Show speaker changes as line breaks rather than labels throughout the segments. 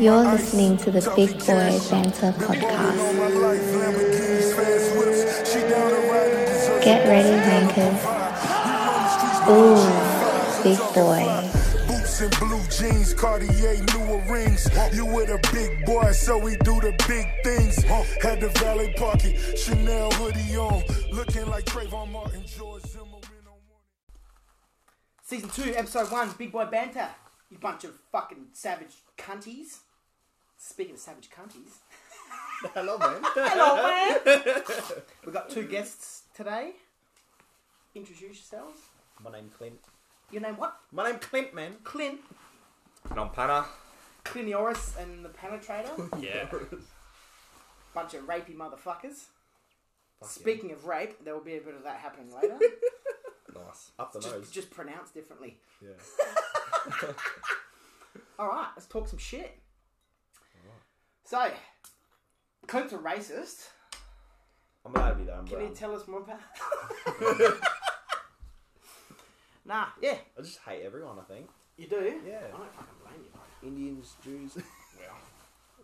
You're listening to the Big Boy Banter Podcast. Get ready, wankers. Ooh, big boy.
Boots and blue jeans, Cartier newer rings. You with a big boy, so we do the big things. Had the valet pocket, Chanel hoodie on, looking like Trayvon Martin, George Zimmerman on one.
Season 2, Episode 1, Big Boy Banter. You bunch of fucking savage cunties. Speaking of savage cunties. Hello, man. Hello, man. We've got two guests today. Introduce yourselves.
My name's Clint.
Your name what?
My name's Clint, man.
Clint.
And I'm Panna.
Clineoris and the Penetrator. Yeah. Bunch of rapey motherfuckers. Speaking of rape, there will be a bit of that happening later.
Nice. Up the
just,
nose.
just pronounced differently.
Yeah.
All right, let's talk some shit. So, Clint's a racist.
I'm allowed to be there. I'm
Can
brown.
you tell us more about? nah, yeah,
I just hate everyone, I think.
you do.
Yeah.
I don't fucking blame you. Bro.
Indians, Jews.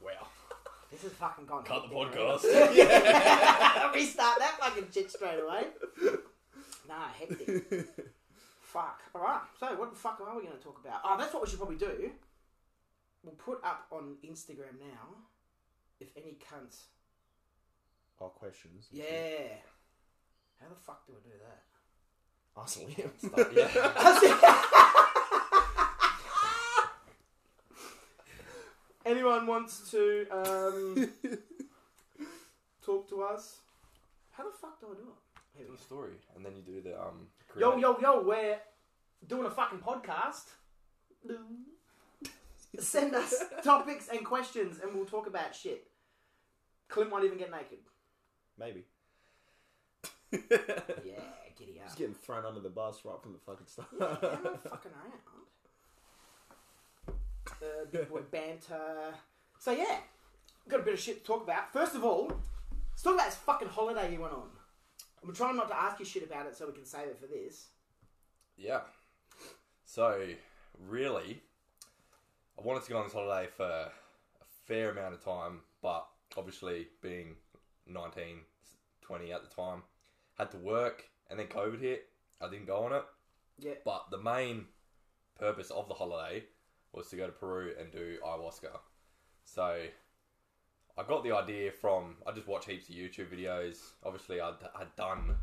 Wow.
This has fucking gone.
Cut the
hectic,
podcast.
mate. Restart that fucking shit straight away. nah, hectic. fuck. All right. So, what the fuck are we going to talk about? Oh, that's what we should probably do. We'll put up on Instagram now. If any cunts.
Our questions.
Yeah. How the fuck do we do that?
Ask Liam. Stuff. Yeah.
Anyone wants to um, talk to us? How the fuck do I do it? Here we
The
go.
story, and then you do the um.
Yo,
create-
yo, yo, we're doing a fucking podcast. Send us topics and questions and we'll talk about shit. Clint won't even get naked.
Maybe.
Yeah, giddy up.
Just getting thrown under the bus right from the fucking start.
Yeah, no fucking around. Uh, big boy banter. So yeah, got a bit of shit to talk about. First of all, let's talk about this fucking holiday you went on. I'm trying not to ask you shit about it so we can save it for this.
Yeah. So, really, I wanted to go on this holiday for a fair amount of time, but obviously, being 19, 20 at the time, had to work, and then COVID hit. I didn't go on it.
Yeah.
But the main purpose of the holiday was to go to Peru and do ayahuasca. So I got the idea from I just watch heaps of YouTube videos. Obviously, I'd, I'd done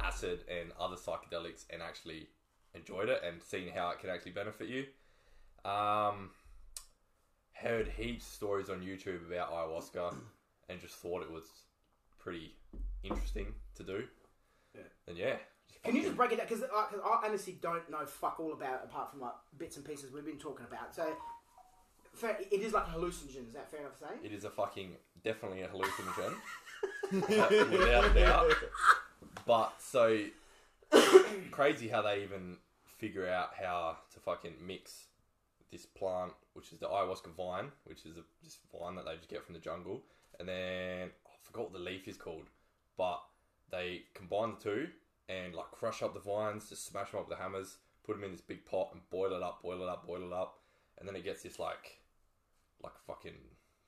acid and other psychedelics and actually enjoyed it and seen how it can actually benefit you. Um, heard heaps of stories on YouTube about ayahuasca and just thought it was pretty interesting to do.
Yeah.
And yeah.
Can you just break it down? Because I, 'cause I honestly don't know fuck all about it apart from like bits and pieces we've been talking about. So fair, it is like a hallucinogen. Is that fair enough to say?
It is a fucking definitely a hallucinogen, without a doubt. But so crazy how they even figure out how to fucking mix this plant, which is the ayahuasca vine, which is a, this vine that they just get from the jungle, and then I forgot what the leaf is called, but they combine the two and like crush up the vines, just smash them up with the hammers, put them in this big pot and boil it up, boil it up, boil it up, and then it gets this like, like fucking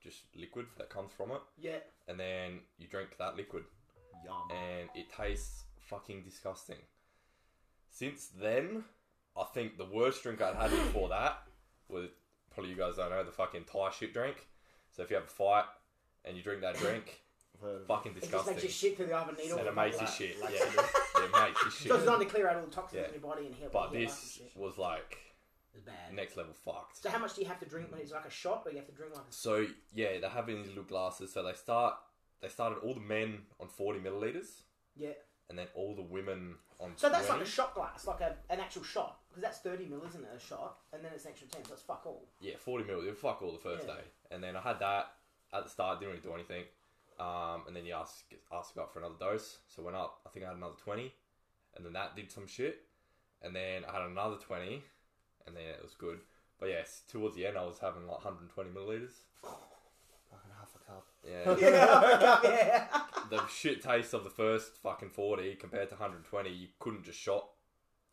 just liquid that comes from it,
Yeah.
and then you drink that liquid
Yum.
and it tastes fucking disgusting. Since then, I think the worst drink I'd had before that was probably you guys don't know the fucking Thai shit drink. So if you have a fight and you drink that drink,
I've heard of it.
fucking
It just
disgusting.
makes you shit through the other needle.
and it makes you shit. Yeah,
laxative.
yeah it makes you
So it's
shit.
designed to clear out all the toxins
Yeah.
in your body and help.
But
heal up
this
and shit.
was like
It's bad.
next level fucked.
So how much do you have to drink when it's like a shot, or you have to drink like a?
So yeah, they have it in these little glasses. So they start, they started all the men on forty milliliters,
Yeah.
and then all the women on.
So that's like a
20.
shot glass, like a, an actual shot, because that's thirty mil, isn't it? A shot, and then it's an extra ten. So that's fuck all.
Yeah, 40 mil. They were fuck all the first
Yeah.
day. And then I had that at the start, didn't really do anything. Um, and then you asked, asked up for another dose. So went up, I think I had another 20. And then that did some shit. And then I had another 20. And then it was good. But yes, towards the end, I was having like 120 milliliters.
Fucking half a cup.
Yeah.
yeah.
the shit taste of the first fucking 40 compared to 120, you couldn't just shot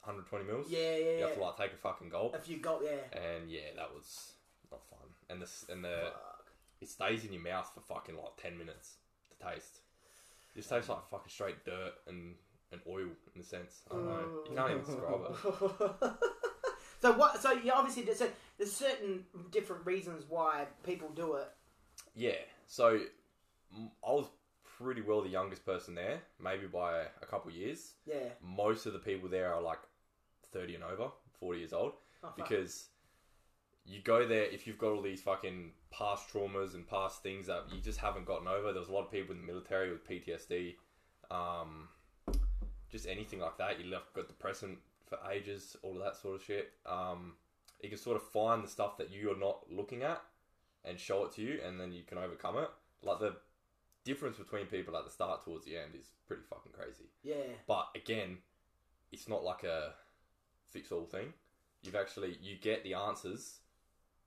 120 mils.
Yeah, yeah,
You have
yeah.
to like take a fucking gulp.
If you got yeah.
And yeah, that was not fun. And and the s- and the it stays in your mouth for fucking like ten minutes to taste. It just tastes like fucking straight dirt and and oil in a sense. I don't know. You can't even describe it.
So what? So you obviously there's, a, there's certain different reasons why people do it.
Yeah. So m- I was pretty well the youngest person there, maybe by a couple years.
Yeah.
most of the people there are like 30 and over, 40 years old,
fuck.
because you go there if you've got all these fucking past traumas and past things that you just haven't gotten over. There was a lot of people in the military with PTSD, um, just anything like that. You left got depression for ages, all of that sort of shit. Um, you can sort of find the stuff that you're not looking at and show it to you, and then you can overcome it. Like the difference between people at the start towards the end is pretty fucking crazy.
Yeah.
But again, it's not like a fix all thing. You've actually you get the answers,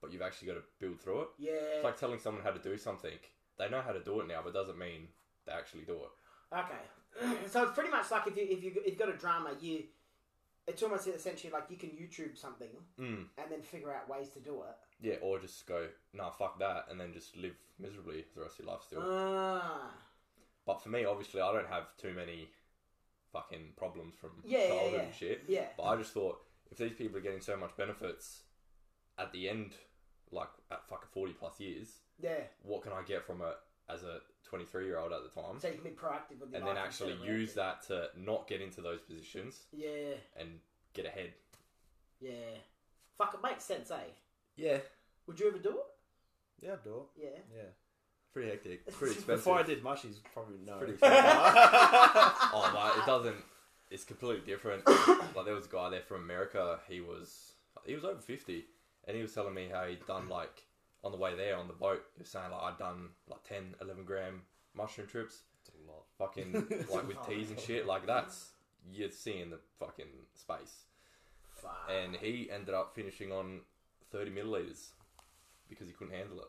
but you've actually got to build through it.
Yeah.
It's like telling someone how to do something. They know how to do it now, but it doesn't mean they actually do it.
Okay. so it's pretty much like if you if you if you've got a drama, you it's almost essentially like you can YouTube something
Mm.
and then figure out ways to do it.
Yeah, or just go, nah, fuck that, and then just live miserably the rest of your life still.
Ah.
But for me, obviously, I don't have too many fucking problems from
Yeah, yeah,
childhood
yeah.
and shit.
Yeah.
But I just thought if these people are getting so much benefits at the end, like at fucking forty plus years,
Yeah.
what can I get from it as a 23 year old at the time,
So you can be proactive with your
and then
life
actually
instead of
use
reactive.
that to not get into those positions
Yeah.
and get ahead.
Yeah. Fuck, it makes sense, eh?
Yeah,
Would you ever do it?
Yeah, I'd do it.
Yeah.
Yeah.
pretty hectic, pretty expensive.
Before I did mushies, probably no.
pretty expensive. oh, but it doesn't. It's completely different. like there was a guy there from America. He was he was over 50, and he was telling me how he'd done like on the way there on the boat. He was saying like I'd done like 10, 11 gram mushroom trips.
a lot.
fucking like with teas and shit like that's you're seeing the fucking space
Fuck.
and he ended up finishing on 30 milliliters because he couldn't handle it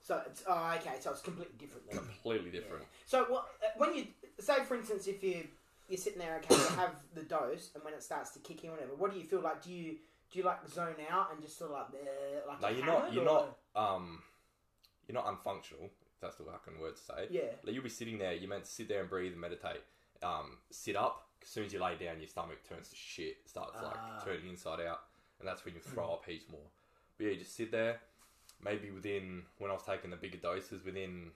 So it's oh, okay. So it's completely different. Then.
completely different
So what uh, when you say, for instance, if you you're sitting there, okay, you have the dose, and when it starts to kick in, whatever, what do you feel like? Do you do you like zone out and just sort of like bleh, like
no
a
you're not
hammered,
you're
or-
not um you're not unfunctional if that's the fucking word to say it.
Yeah.
like you'll be sitting there you're meant to sit there and breathe and meditate um sit up as soon as you lay down your stomach turns to shit starts like
Ah.
turning inside out and that's when you throw up heaps more but yeah you just sit there maybe within when I was taking the bigger doses, within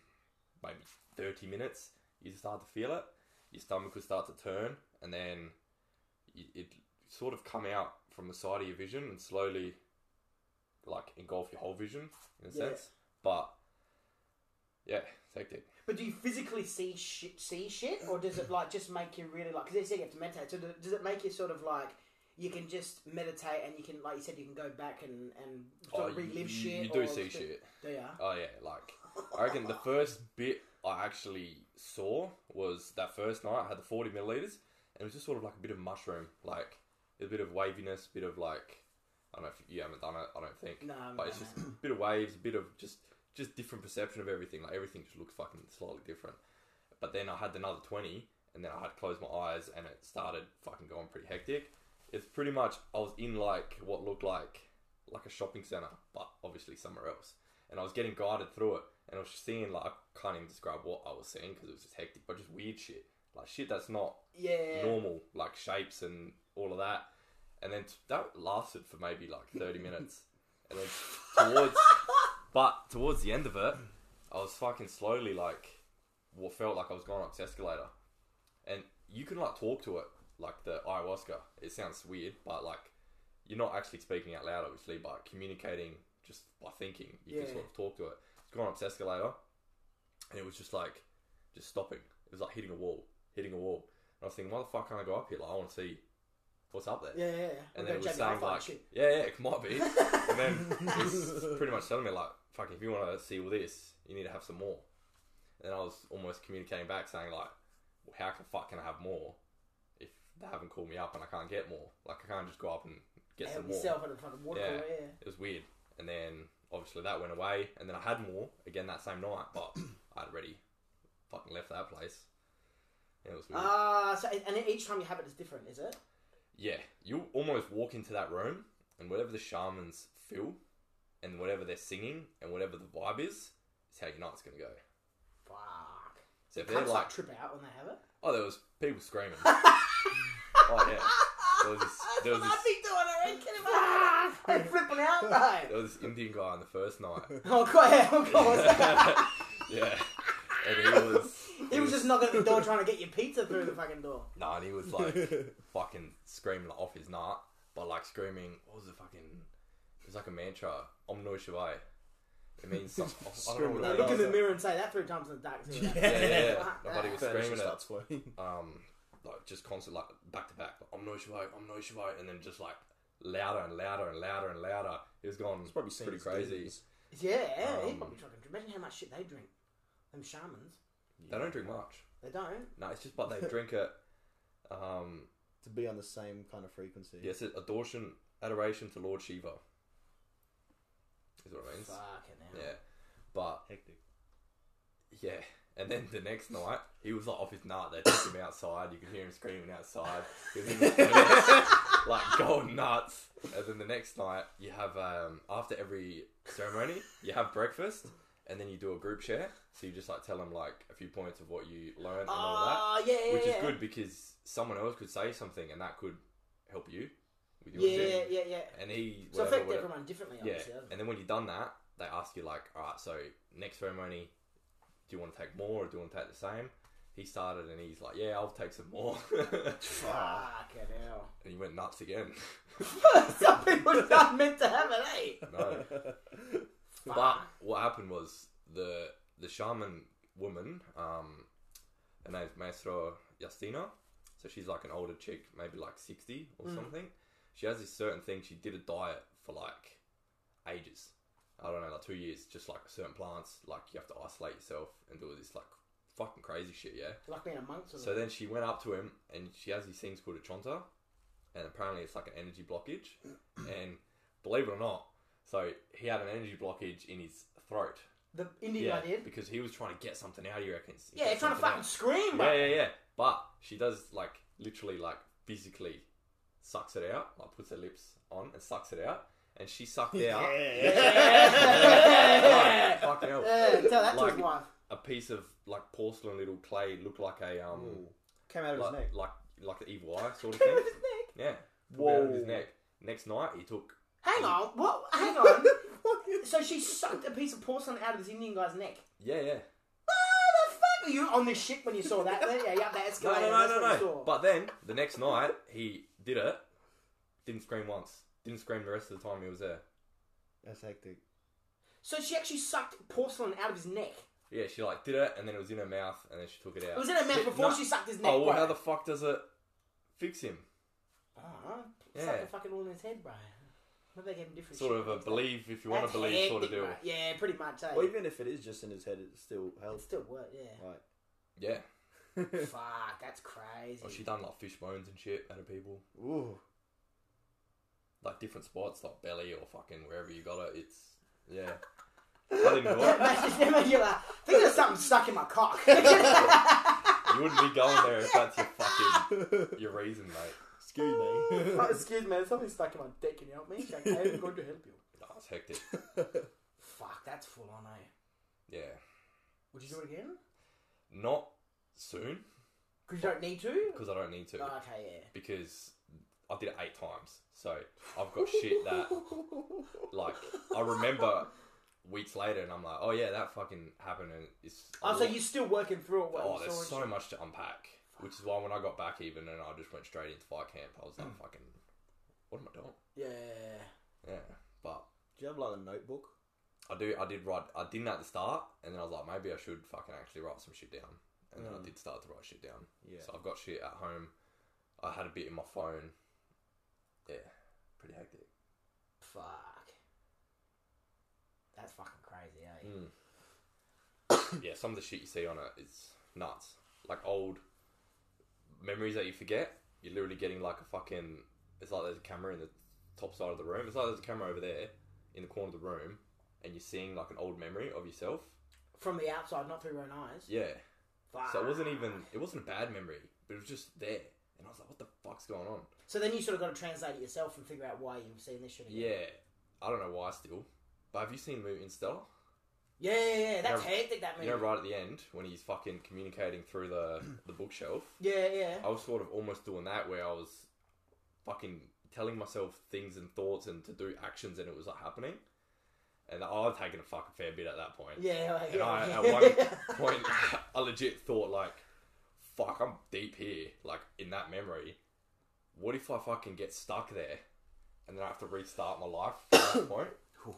maybe thirty minutes, you start to feel it. Your stomach would start to turn, and then it, it sort of come out from the side of your vision and slowly, like engulf your whole vision in a
Yeah.
sense. But yeah, it's hectic.
But do you physically see shit, see shit, or does it like just make you really like? Because they say you have to meditate. So do- does it make you sort of like? You can just meditate, and you can, like you said, you can go back and and sort of
Oh, you-
relive
you-
shit.
You do
or-
see shit.
Do you?
Oh yeah, like I reckon the first bit I actually saw was that first night. I had the forty milliliters, and it was just sort of like a bit of mushroom, like a bit of waviness, bit of like I don't know if you haven't done it. I don't think.
No, I haven't
but it's
done
just a bit of waves, a bit of just just different perception of everything. Like everything just looks fucking slightly different. But then I had another twenty, and then I had closed my eyes, and it started fucking going pretty hectic. It's pretty much I was in like what looked like like a shopping center, but obviously somewhere else. And I was getting guided through it, and I was just seeing like I can't even describe what I was seeing because it was just hectic, but just weird shit, like shit that's not
Yeah.
normal, like shapes and all of that. And then t- that lasted for maybe like thirty minutes, and then towards but towards the end of it, I was fucking slowly like what felt like I was going up this escalator, and you can like talk to it like the ayahuasca. It sounds weird, but like you're not actually speaking out loud, obviously, but communicating just by thinking, you
Yeah.
can sort of talk to it. It's going up this escalator, and it was just like just stopping. It was like hitting a wall, hitting a wall. And I was thinking, why the fuck can't I go up here? Like I want to see what's up there
Yeah, yeah. yeah.
and
We've
then it
got
was
Jamie Alpha
saying
and
like,
shit.
yeah, yeah, it might be. and then it's pretty much telling me like, fuck, if you want to see all this, you need to have some more. And I was almost communicating back saying like, well, how the fuck can I have more if they haven't called me up and I can't get more? Like I can't just go up and get
help
some more.
yourself in a fucking water
Yeah,
cooler, yeah.
it was weird. And then obviously that went away, and then I had more again that same night, but I'd already fucking left that place. It was weird.
Ah, so and then each time you have it is different, is it?
Yeah, you almost walk into that room, and whatever the shamans feel, and whatever they're singing and whatever the vibe is, is how your night's gonna go.
Fuck.
So if
Cunts
they're
like
like,
trip out when they have it.
oh, there was people screaming. oh yeah, there was this, there was this,
Ah, I'm flipping out though.
there was this Indian guy on the first night.
Oh god, yeah, oh god, what's that?
yeah, and he was
He was just knocking at the door trying to get your pizza through the fucking door.
Nah, and he was like fucking screaming like, off his nut, but like screaming, what was the fucking? It was like a mantra. Om Noi Shivaya. It means something. I don't know
Now
what it
look in
was.
the mirror and say that three times in the dark. see what
Yeah,
happens.
yeah, yeah.
Fuck
My buddy was
Furniture
screaming it.
starts floating.
Um, like just constant, like back to back, like, Om Noi Shivaya, Om Noi Shivaya, and then just like louder and louder and louder and louder. He was going
It's probably seen
pretty
as
crazy.
demons.
Yeah, he
Um,
probably fucking. Imagine how much shit they drink. Them shamans,
They don't drink much.
they don't.
No, it's just but they drink it. Um,
to be on the same kind of frequency.
yes, it adoration, adoration to Lord Shiva. Is what it means.
Fucking hell.
Yeah, but
Hectic.
Yeah. And then the next night, he was like off his nut. They took him outside. You could hear him screaming outside. He was in the toilet, like going nuts. And then the next night, you have um, after every ceremony, you have breakfast, and then you do a group share. So you just like tell them like a few points of what you learned and all
Oh yeah,
that,
yeah,
which is
yeah.
good because someone else could say something and that could help you with your
Yeah, yeah,
shit.
yeah, yeah.
And he
So
whatever,
affect
whatever.
everyone differently,
Yeah,
obviously. doesn't it?
and then when you've done that, they ask you like, all right, so next ceremony, do you want to take more or do you want to take the same? He started and he's like, yeah, I'll take some more. and
Fucking
ah.
hell.
he went nuts again.
Some people are not meant to have it, eh?
no, but what happened was the the shaman woman, um, her name's Maestro Justina, so she's like an older chick, maybe like sixty or something. She has this certain thing. She did a diet for like ages. I don't know, like two years, just like certain plants. Like you have to isolate yourself and do all this like fucking crazy shit, yeah.
Like being a monk. Sort
So
of.
then she went up to him and she has these things called a chonta, and apparently it's like an energy blockage. And believe it or not, so he had an energy blockage in his throat.
The Indian
Yeah,
guy did.
because he was trying to get something out. He reckons.
Yeah,
Get
he's trying to fucking
something out.
scream, bro.
Yeah, yeah, yeah. But she does like literally like physically sucks it out, like puts her lips on and sucks it out, and she sucked out.
Yeah.
Like, fucking hell.
Yeah, tell that to
Like,
his wife.
a piece of like porcelain little clay looked like a um
Came out of
like,
his neck.
like like the evil eye sort of thing. Yeah. Whoa. Out of his
Whoa.
neck. Next night he took
Hang on, what? Hang on. so she sucked a piece of porcelain out of this Indian guy's neck.
yeah yeah.
What the fuck? Were you on this shit when you saw that? yeah, yeah, that
No
escalator.
no no
that's
no
what you
no.
saw.
But then the next night he did it. Didn't scream once. Didn't scream the rest of the time he was there.
That's hectic.
so she actually sucked porcelain out of his neck.
Yeah, she like did it and then it was in her mouth and then she took it out.
It was in her mouth
But
before
no-
she sucked his neck.
Oh well,
bro.
how the fuck does it fix him?
Uh-huh.
Yeah.
Suck the fucking all in his head, bro. Maybe they gave him different
Sort
shit
of a
next time.
believe if you want to
That's
believe sort of
hectic,
deal.
bro. Yeah, pretty much. Eh?
Or even if it is just in his head, it still
It
helps.
still worked, yeah.
Like,
Yeah.
Fuck, that's crazy.
Well, she done like fish bones and shit out of people.
ooh,
like different spots, like belly or fucking wherever you got it. It's yeah. I didn't know it.
Imagine imagine you're like, I think there's something stuck in my cock.
You wouldn't be going there if that's your fucking your reason, mate.
excuse me.
Oh, Excuse me, there's something stuck in my dick. Can you help me? Like, I'm going to help you.
That was hectic.
Fuck, that's full on, eh?
Yeah.
Would you do it again?
Not soon
Because you don't need to?
because I don't need to
Oh, okay,
because I did it eight times, so I've got shit that like I remember weeks later, and I'm like, oh yeah, that fucking happened, and it's
yeah. Oh, so you're still working through it? what
oh,
you
there's
saw
so much to unpack, which is why when I got back even and I just went straight into fight camp, I was
Mm.
like, fucking, what am I doing?
Yeah.
Yeah, but
Do you have like a notebook?
I do. I did write. I didn't at the start, and then I was like, maybe I should fucking actually write some shit down. And then I
Mm.
did start to write shit down.
Yeah.
So I've got shit at home. I had a bit in my phone. Yeah, pretty hectic.
Fuck. That's fucking crazy, eh?
Mm. yeah, some of the shit you see on it is nuts. Like old memories that you forget. You're literally getting like a fucking. It's like there's a camera in the top side of the room. It's like there's a camera over there in the corner of the room, and you're seeing like an old memory of yourself.
From the outside, not through your own eyes.
Yeah.
Fuck.
So it wasn't even it wasn't a bad memory, but it was just there. And I was like, what the fuck's going on?
So then you sort of got to translate it yourself and figure out why you've seen this shit again.
Yeah. I don't know why still. But have you seen movie Interstellar?
Yeah, yeah, yeah. That's
Yeah.
hectic. That movie.
You know, right at the end when he's fucking communicating through the the bookshelf,
Yeah, yeah.
I was sort of almost doing that where I was fucking telling myself things and thoughts and to do actions, and it was like happening. And I've taken a fucking fair bit at that point.
Yeah, like,
And
yeah.
I, at
yeah.
one point, I legit thought like, "Fuck, I'm deep here." Like in that memory, what if I fucking get stuck there, and then I have to restart my life? At that point,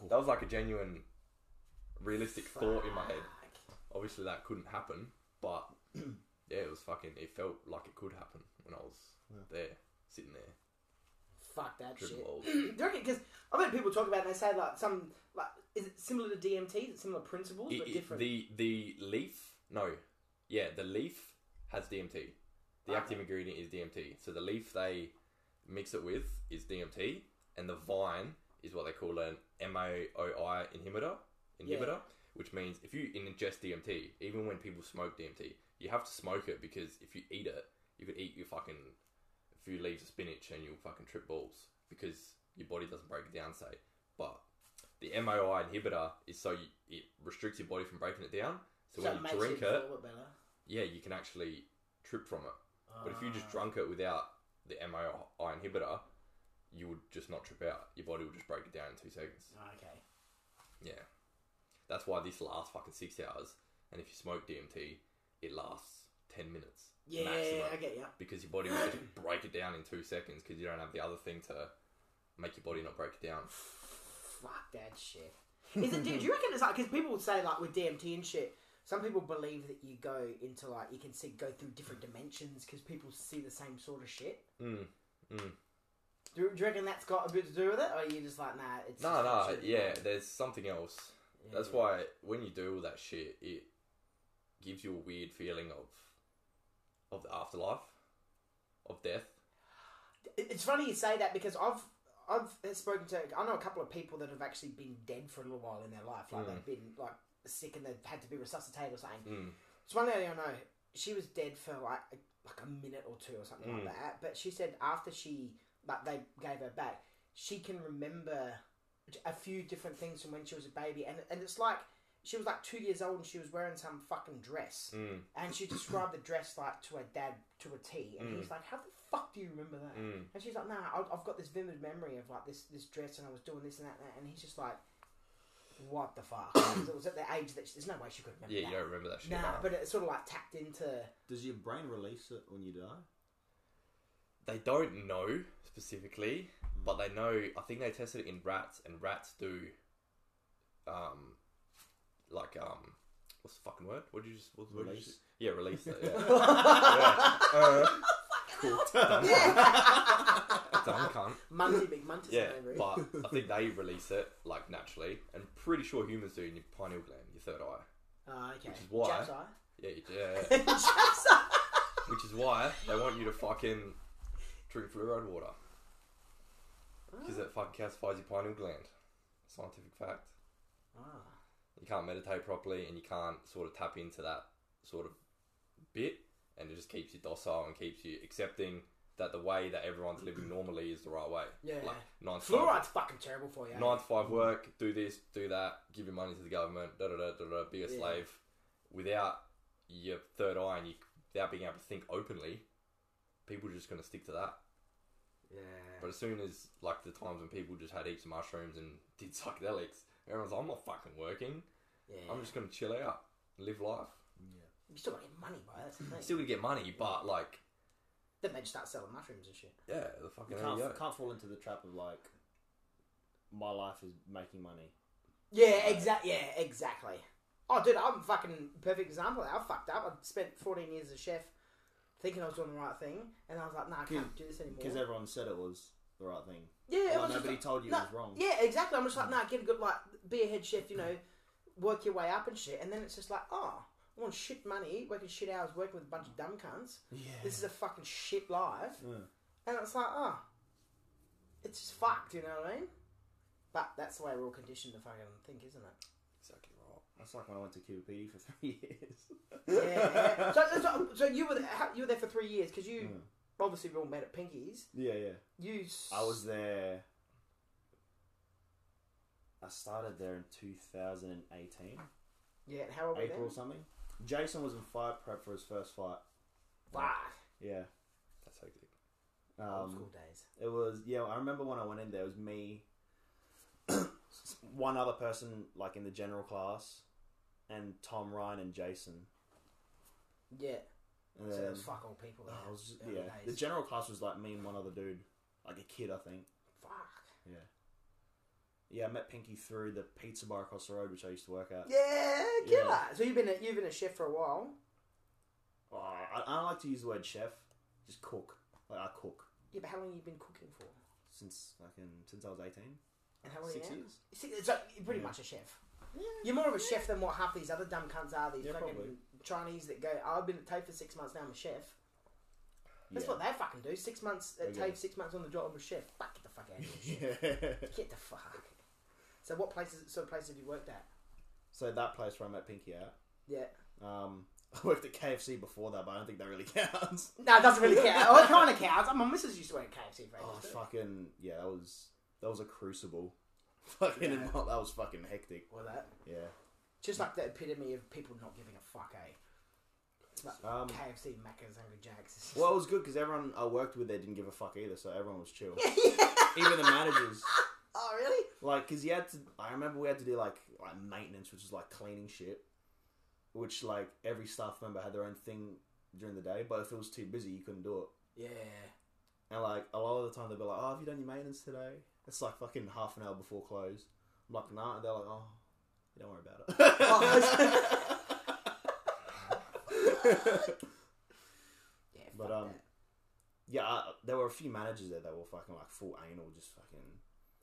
that was like a genuine, realistic thought in my head. Obviously, that couldn't happen, but yeah, it was fucking. It felt like it could happen when I was there, sitting there,
Fuck that
driven
shit.
balls.
Do you reckon? Because I've heard people talk about it and they say like some like is it similar to DMT? Is it similar principles
It-
but
it-
different?
the the leaf no yeah the leaf has DMT the active ingredient is DMT so the leaf they mix it with is DMT and the vine is what they call an MAOI inhibitor inhibitor which means if you ingest DMT even when people smoke DMT you have to smoke it because if you eat it you could eat your fucking few leaves of spinach and you'll fucking trip balls because your body doesn't break it down say but the MOI inhibitor is so you, it restricts your body from breaking it down. So,
it
when
makes
you drink
feel
it,
a bit better.
yeah, you can actually trip from it. But if you
Ah.
just drunk it without the MOI inhibitor, you would just not trip out. Your body would just break it down in two seconds.
Ah, okay.
Yeah. That's why this lasts fucking six hours. And if you smoke DMT, it lasts 10 minutes.
Yeah,
maximum.
I get ya.
Because your body will just break it down in two seconds because you don't have the other thing to make your body not break it down.
Fuck that shit. Is it? do you reckon it's like? Because people would say like with DMT and shit. Some people believe that you go into like you can see go through different dimensions because people see the same sort of shit.
Mm. Mm.
Do, do you reckon that's got a bit to do with it, or are you just like nah? It's just
No, no,
shit.
yeah, there's something else. That's
Yeah.
why when you do all that shit, it gives you a weird feeling of of the afterlife, of death.
It- It's funny you say that because I've I've spoken to I know a couple of people that have actually been dead for a little while in their life, like they've been like sick and they've had to be resuscitated or something.
Mm.
It's one lady I know. She was dead for like a- like a minute or two or something like
Hmm.
that. But she said after she like they gave her back, she can remember a few different things from when she was a baby, and and it's like. She was like two years old and she was wearing some fucking dress,
Mm.
and she described the dress like to her dad to a T, and
Hmm.
he's like, "How the fuck do you remember that?"
Mm.
And she's like, "Nah, I've, I've got this vivid memory of like this this dress, and I was doing this and that, and, that. and he's just like, "What the fuck?" 'Cause it was at the age that she, there's no way she could remember.
Yeah,
that.
you don't remember that shit.
Nah,
no.
but it sort of like tapped into.
Does your brain release it when you die?
they don't know specifically, but they know. I think they tested it in rats, and rats do, um, like um, what's the fucking word? What did you just? What what did you
Release.
just- Yeah, release. It, yeah. yeah. Uh, cool. Dumb, dumb cunt.
Munty, big Munty's
Yeah,
memory.
but I think they release it like naturally, and pretty sure humans do in your pineal gland, your third eye.
Oh, okay.
is why-
Japs eye.
Yeah, yeah. yeah.
Japs eye.
Which is why they want you to fucking drink fluoride water. Because it fucking calcifies your pineal gland. Scientific fact.
Ah.
You can't meditate properly and you can't sort of tap into that sort of bit and it just keeps you docile and keeps you accepting that the way that everyone's living normally is the right way.
Yeah.
Like nine to five-
Fluoride's fucking terrible for you. eh?
nine to five work, do this, do that, give your money to the government, da da da da da, be a
Yeah.
slave, without your third eye and you, without being able to think openly, people are just going to stick to that.
Yeah.
But as soon as like the times when people just had heaps of mushrooms and did psychedelics, everyone's like, I'm not fucking working.
Yeah.
I'm just going to chill out, live life.
You still gotta get money, bro. That's the thing.
Still gonna get money, but like,
Then they just start selling mushrooms and shit.
yeah, the fucking
You
there
can't,
you go.
can't fall into the trap of like, my life is making money.
Yeah, exactly. Yeah, exactly. Oh, dude, I'm a fucking perfect example. of that. I fucked up. I spent 14 years as a chef, thinking I was doing the right thing, and I was like, nah, I can't do this
Because
anymore.
everyone said it was the right thing.
Yeah, it
Well,
was
nobody
just,
told you
nah,
it was wrong.
Yeah, exactly. I'm just like, nah, get a good like, be a head chef. You know, work your way up and shit. And then it's just like, oh, I want shit money, working shit hours, working with a bunch of dumb cunts. This is a fucking shit life.
Yeah.
And it's like, oh, it's just fucked. You know what I mean? But that's the way we're all conditioned to fucking think, isn't it?
Exactly right.
That's like when I went to QP for three years.
yeah. So, so, so you were there, you were there for three years because you obviously we all met at Pinky's.
yeah, yeah.
You s-
I was there.
I started there in 2018,
Yeah, and how old were
April or
you?
something. Jason was in fight prep for his first fight.
Fuck.
Yeah.
That's hectic.
Old
Um,
school days.
it was yeah. I remember when I went in there. It was me, one other person like in the general class, and Tom Ryan and Jason.
Yeah.
And
So it
then,
was fuck all people.
um, I
there,
was just-
early
yeah. The
days.
general class was like me and one other dude, like a kid, I think.
fuck.
Yeah. Yeah, I met Pinky through the pizza bar across the road, which I used to work at.
Yeah, killer.
Yeah.
So you've been a, you've been a chef for a while.
Oh, I, I don't like to use the word chef. Just cook. Like I cook
Yeah, but how long have you been cooking for?
since fucking since I was eighteen.
And how long
Six
are you now?
years.
Six, it's like, you're pretty much a chef. You're more of a chef than what half these other dumb cunts are. These
Yeah,
fucking
probably.
Chinese that go, "Oh, I've been at TAFE for six months now. I'm a chef. That's
Yeah.
what they fucking do. Six months at
Okay.
TAFE, six months on the job. I'm a chef. Fuck get the fuck out of here. get the fuck. So what places? Sort of places have you worked at?
so that place where I met Pinky at.
Yeah.
Um, I worked at KFC before that, but I don't think that really counts.
No, it doesn't really count. Oh, it kind of counts. My missus used to work at KFC for
Oh
ages.
fucking yeah, that was that was a crucible. Fucking
Yeah.
that was fucking hectic.
Or that.
Yeah.
Just like the epitome of people not giving a fuck, eh? It's like
Um,
KFC, Macca's, Hungry Jacks. It's just-
Well, it was good because everyone I worked with there didn't give a fuck either, so everyone was chill. Even the managers,
oh, really?
like, because you had to. I remember we had to do like like maintenance, which was like cleaning shit, which like every staff member had their own thing during the day. But if it was too busy, you couldn't do it.
Yeah.
And like a lot of the time, they'd be like, "Oh, have you done your maintenance today?" It's like fucking half an hour before close. I'm like, "Nah," and they're like, "Oh, don't worry about it."
Yeah,
But,
fuck
um,
that.
yeah, I, there were a few managers there that were fucking like full anal, just fucking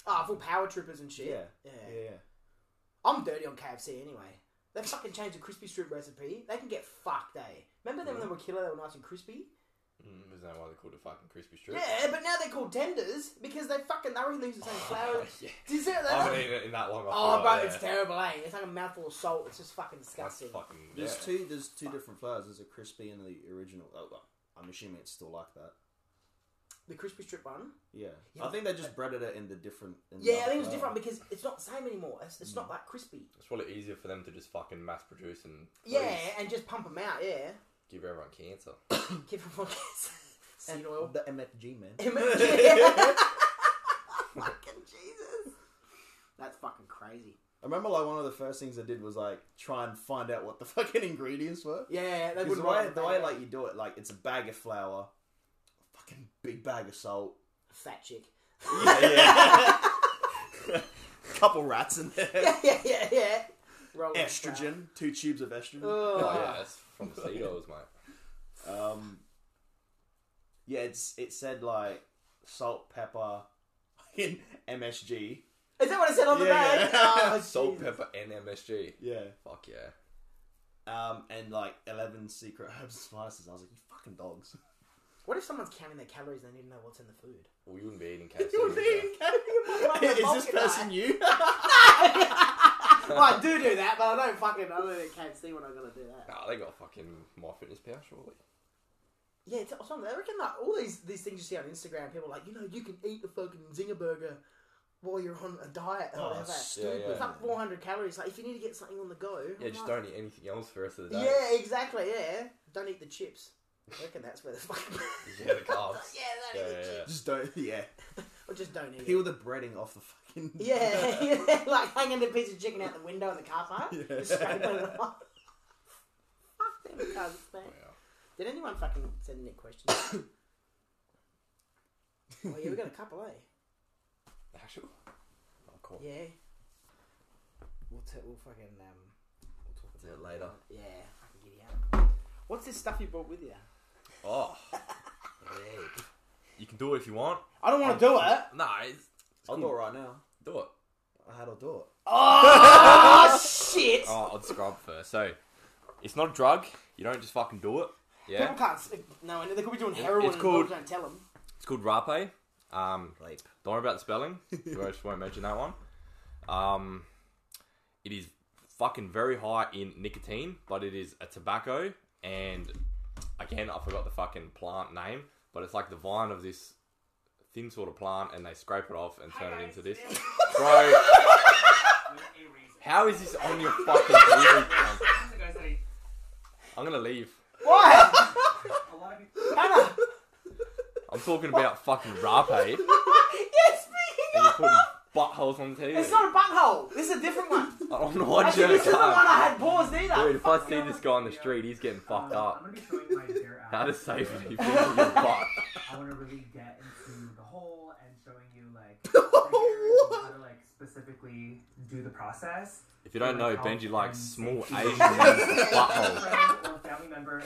Ah, full power troopers and shit.
yeah,
Yeah.
yeah, yeah.
I'm dirty on KFC anyway. They fucking changed the crispy strip recipe. They can get fucked, eh? Remember them when they were killer, they were nice and crispy?
Mm, isn't that why they called it fucking crispy strip?
Yeah, but now they're called tenders because they fucking, they reuse the same flour.
yeah.
Do you see what they
I haven't eaten it in that long. I
Oh,
feel
bro,
like,
it's
yeah.
terrible, eh? It's like a mouthful of salt. It's just fucking
That's
disgusting.
fucking.
There's
yeah.
two. There's two different flowers. There's a crispy and the original. Oh, well, I'm assuming it's still like that.
The crispy strip one.
Yeah,
Yeah,
I think they just breaded it in the different. In
Yeah,
the
I think it was
other
different
flour.
because it's not the same anymore. It's, it's not that crispy.
It's probably easier for them to just fucking mass produce and Oh,
Yeah,
release.
and just pump them out, yeah.
give everyone cancer.
Give them fucking seed oil.
The MFG man.
fucking Jesus. That's fucking crazy.
I remember like one of the first things I did was like try and find out what the fucking ingredients were.
Yeah, that
Because the
wouldn't
way the way like you do it, like it's a bag of flour, a fucking big bag of salt,
fat chick.
couple rats in there,
yeah, yeah, yeah. Roll with that.
estrogen, two tubes of estrogen.
Oh,
Oh,
yeah, that's from the seed oils, mate.
Um, yeah, it's it said like salt, pepper, in MSG.
Is that what I said on the
Yeah,
bag?
yeah.
Oh,
Salt,
Jesus.
pepper, and MSG.
Yeah.
Fuck yeah.
Um, and like eleven secret herbs and spices. I was like, you fucking dogs.
What if someone's counting their calories and they need to know what's in the food?
Well, you wouldn't be eating KFC.
Is
would you?
this person you?
well, I do do that, but I don't fucking. I don't even can't see when I'm gonna do that.
Nah, they got fucking MyFitnessPal, surely.
Yeah, it's awesome. I reckon like all these these things you see on Instagram, people are like you know you can eat a fucking zinger burger while you're on a diet or
Oh,
whatever.
stupid.
Yeah, yeah.
It's like 400 calories. Like if you need to get something on the go,
Yeah,
I'm
just
like-
don't eat anything else for the rest of the day.
Yeah, exactly. Yeah, don't eat the chips. I reckon that's where the fucking.
Yeah, the carbs.
yeah, don't eat
Yeah,
the
yeah, yeah.
chips.
Just don't. Yeah.
Or just don't eat.
Peel
It.
the breading off the fucking.
Yeah, yeah, like hanging the piece of chicken out the window in the car park.
Yeah.
Just scraping it off. Fuck them cunts, man.
Wow.
Did anyone fucking send any questions? oh yeah, we got a couple, eh?
Actual? Oh, cool.
Yeah. We'll t- we'll fucking um. We'll talk
Do it later.
about it. Yeah, fucking giddy up. What's this stuff you brought with you?
Oh. You can do it if you want.
I don't want to do it.
Nah, it's,
I'll do it right now.
do it.
I had to do it.
Oh shit!
Oh, I'll describe first. So, it's not a drug. You don't just fucking do it.
People
Yeah.
can't. s- No, and they could be doing heroin.
it's
and
called-
Don't tell them.
It's called rape. Um,
Rape.
Don't worry about the spelling. I just won't mention that one. Um, it is fucking very high in nicotine, but it is a tobacco. And again, I forgot the fucking plant name, but it's like the vine of this thin sort of plant, and they scrape it off and turn it into this. Bro, How is this on your fucking TV? cunt? I'm gonna leave.
Why? Hannah!
I'm talking about fucking rape.
Yes, speaking
And
of!
you're putting buttholes on the TV.
It's not a butthole. This is a different one.
I don't know what
Actually,
you're
this is the one I had paused either.
Dude, if I see this guy on the street, he's getting fucked up.
I'm gonna be showing my bare
How to
ass.
safely feel your butt.
I want to really get into the whole and showing you like the hairs and how to like specifically do the process.
If you don't know, Benji likes small Asian
men
men's butthole.
or family member.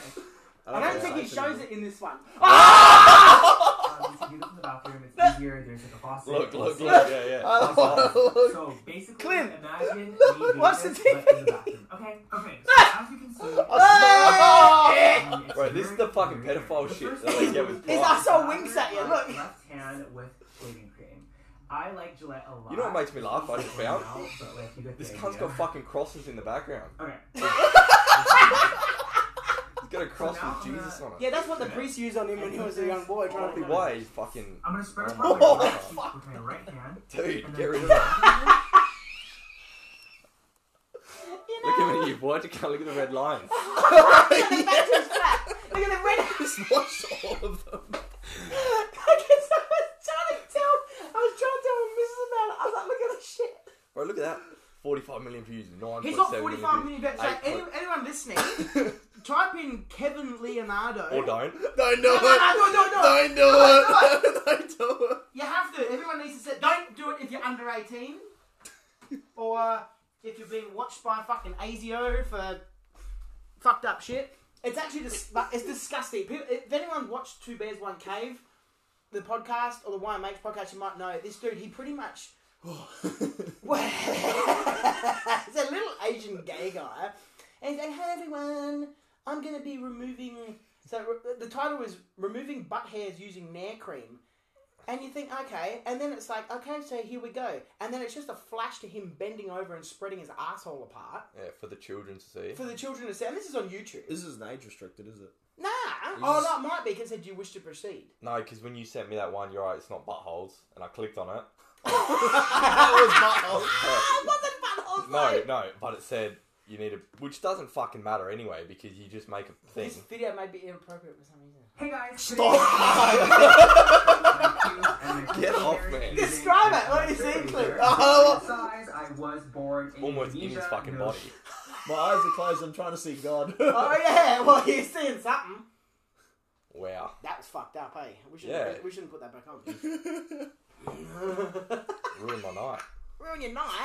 I don't think he shows it in this one.
Um, you can do this in the bathroom. It's easier. There's like a faucet.
Look, look, look, yeah, yeah.
So basically,
Clint.
imagine me doing
Watch
this,
the
but in the bathroom. Okay, okay. So as you can see, um, it's
Bro, this is
very
the fucking
clear.
pedophile
The
shit
first
that they
thing
get with
His
Pride.
asshole winks at you,
My
look.
Left hand with shaving cream. I like Gillette a lot.
You know what makes me laugh? I just found
But, like, you get
this
the
cunt's
idea.
got fucking crosses in the background.
Okay.
He's got a cross with Jesus on
Yeah,
it.
that's what the priest used on him when he was a young boy trying
Probably
to.
why he's fucking.
I'm gonna spread
Oh
it
my
with
God.
my right hand.
Dude,
and
get
then
rid of
put
that.
it
Look how many you've watched. Look at the red lines.
Look at the flat. Look at the red.
Watch all of them.
I guess I was trying to tell. I was trying to tell my missus about it. I was like, look at this shit.
Bro, look at that. 45 million views, 9.7
He's got
million
45
views,
million views. So
eight
any,
point-
anyone listening, type in Kevin Leonardo.
Or don't.
Don't do
No, no, no,
it.
no, no, no.
Don't do it. Don't do it.
You have to. Everyone needs to say, don't do it if you're under 18. Or uh, if you're being watched by fucking ASIO for fucked up shit. It's actually dis- like, it's disgusting. People, if anyone watched Two Bears, One Cave, the podcast, or the YMH podcast, you might know this dude, he pretty much. He's a little Asian gay guy. And he's like, hey everyone, I'm going to be removing. So re- the title is Removing Butt Hairs Using Nair Cream. And you think, okay, and then it's like, okay, so here we go. And then it's just a flash to him bending over and spreading his asshole apart
Yeah, for the children to see.
for the children to see. And this is on YouTube.
This isn't age restricted, is it?
Nah. Oh, that might be because said you wish to proceed.
No, because when you sent me that one, you're right, it's not buttholes. And I clicked on it.
That was buttholes.
Ah, what the fuck? I was
No,
like,
no, but it said you need a. Which doesn't fucking matter anyway, because you just make a thing.
This video may be inappropriate for some reason.
Hey guys. Stop.
Get off, man.
Describe it, what is it, Cliff?
Oh.
Size, I was born in
Almost in his
Indonesia,
fucking
no
body.
My eyes are closed. I'm trying to see God.
Oh yeah, well you're seeing something.
Wow.
That was fucked up, eh? We should
Yeah.
we shouldn't put that back on.
Ruined my night.
Ruin your night.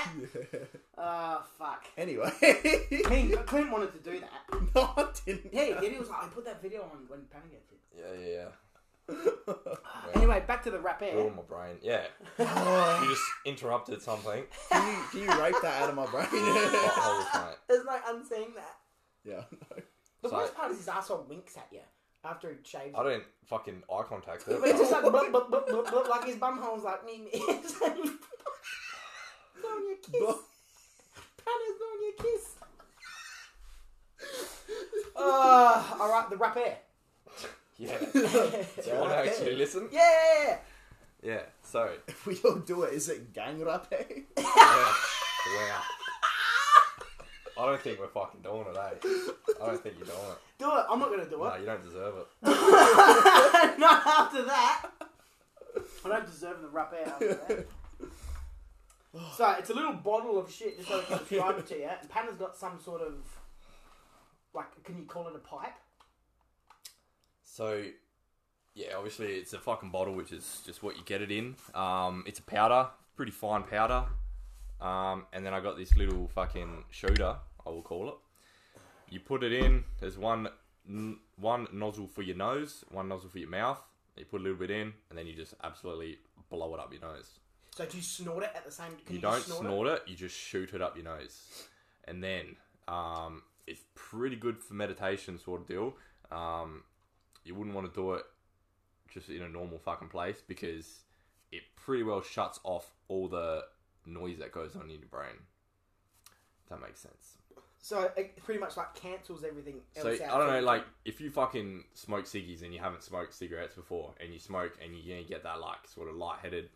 Oh fuck.
anyway,
Clint, Clint wanted to do that.
no, I didn't.
Yeah, he did. He was like, I put that video on when Pan gets it.
Yeah, yeah,
Anyway, back to the rap
yeah.
air.
Ruined Oh my brain. Yeah. You just interrupted something.
Can you, can you rape that out of my brain?
Buttholes, mate.
There's no unseeing that.
yeah. No.
The
So-
worst part is his asshole winks at you after he shaves.
I don't fucking eye contact it.
It's just like blub, blub, blub, blub, blub, like his bum hole's like me. me. It's like, blowing your kiss. Panna's blowing your kiss. Uh,
Ah.
all right, the rap air.
Yeah. Do you want to
Okay.
actually listen?
Yeah.
Yeah. So.
If we all do it, is it gang rape?
Yeah. Wow. I don't think we're fucking doing it, eh? I don't think you're doing it.
Do it. I'm not gonna do
No,
it.
you don't deserve it.
not after that. I don't deserve the rap air after that. So it's a little bottle of shit, just so I can describe it to you. And Panna's got some sort of like, can you call it a pipe?
So, yeah, obviously it's a fucking bottle, which is just what you get it in. Um, it's a powder, pretty fine powder. Um, and then I got this little fucking shooter, I will call it. You put it in. There's one n- one nozzle for your nose, one nozzle for your mouth. You put a little bit in, and then you just absolutely blow it up your nose.
So do you snort it at the same? Can
you,
you,
don't
just snort,
snort,
it?
it? you just shoot it up your nose. And then um, it's pretty good for meditation sort of deal. Um, you wouldn't want to do it just in a normal fucking place because it pretty well shuts off all the noise that goes on in your brain. If that makes sense.
So it pretty much like cancels everything.
So
Else out
I don't
for
know,
you.
like if you fucking smoke ciggies and you haven't smoked cigarettes before, and you smoke and you're gonna get that like sort of lightheaded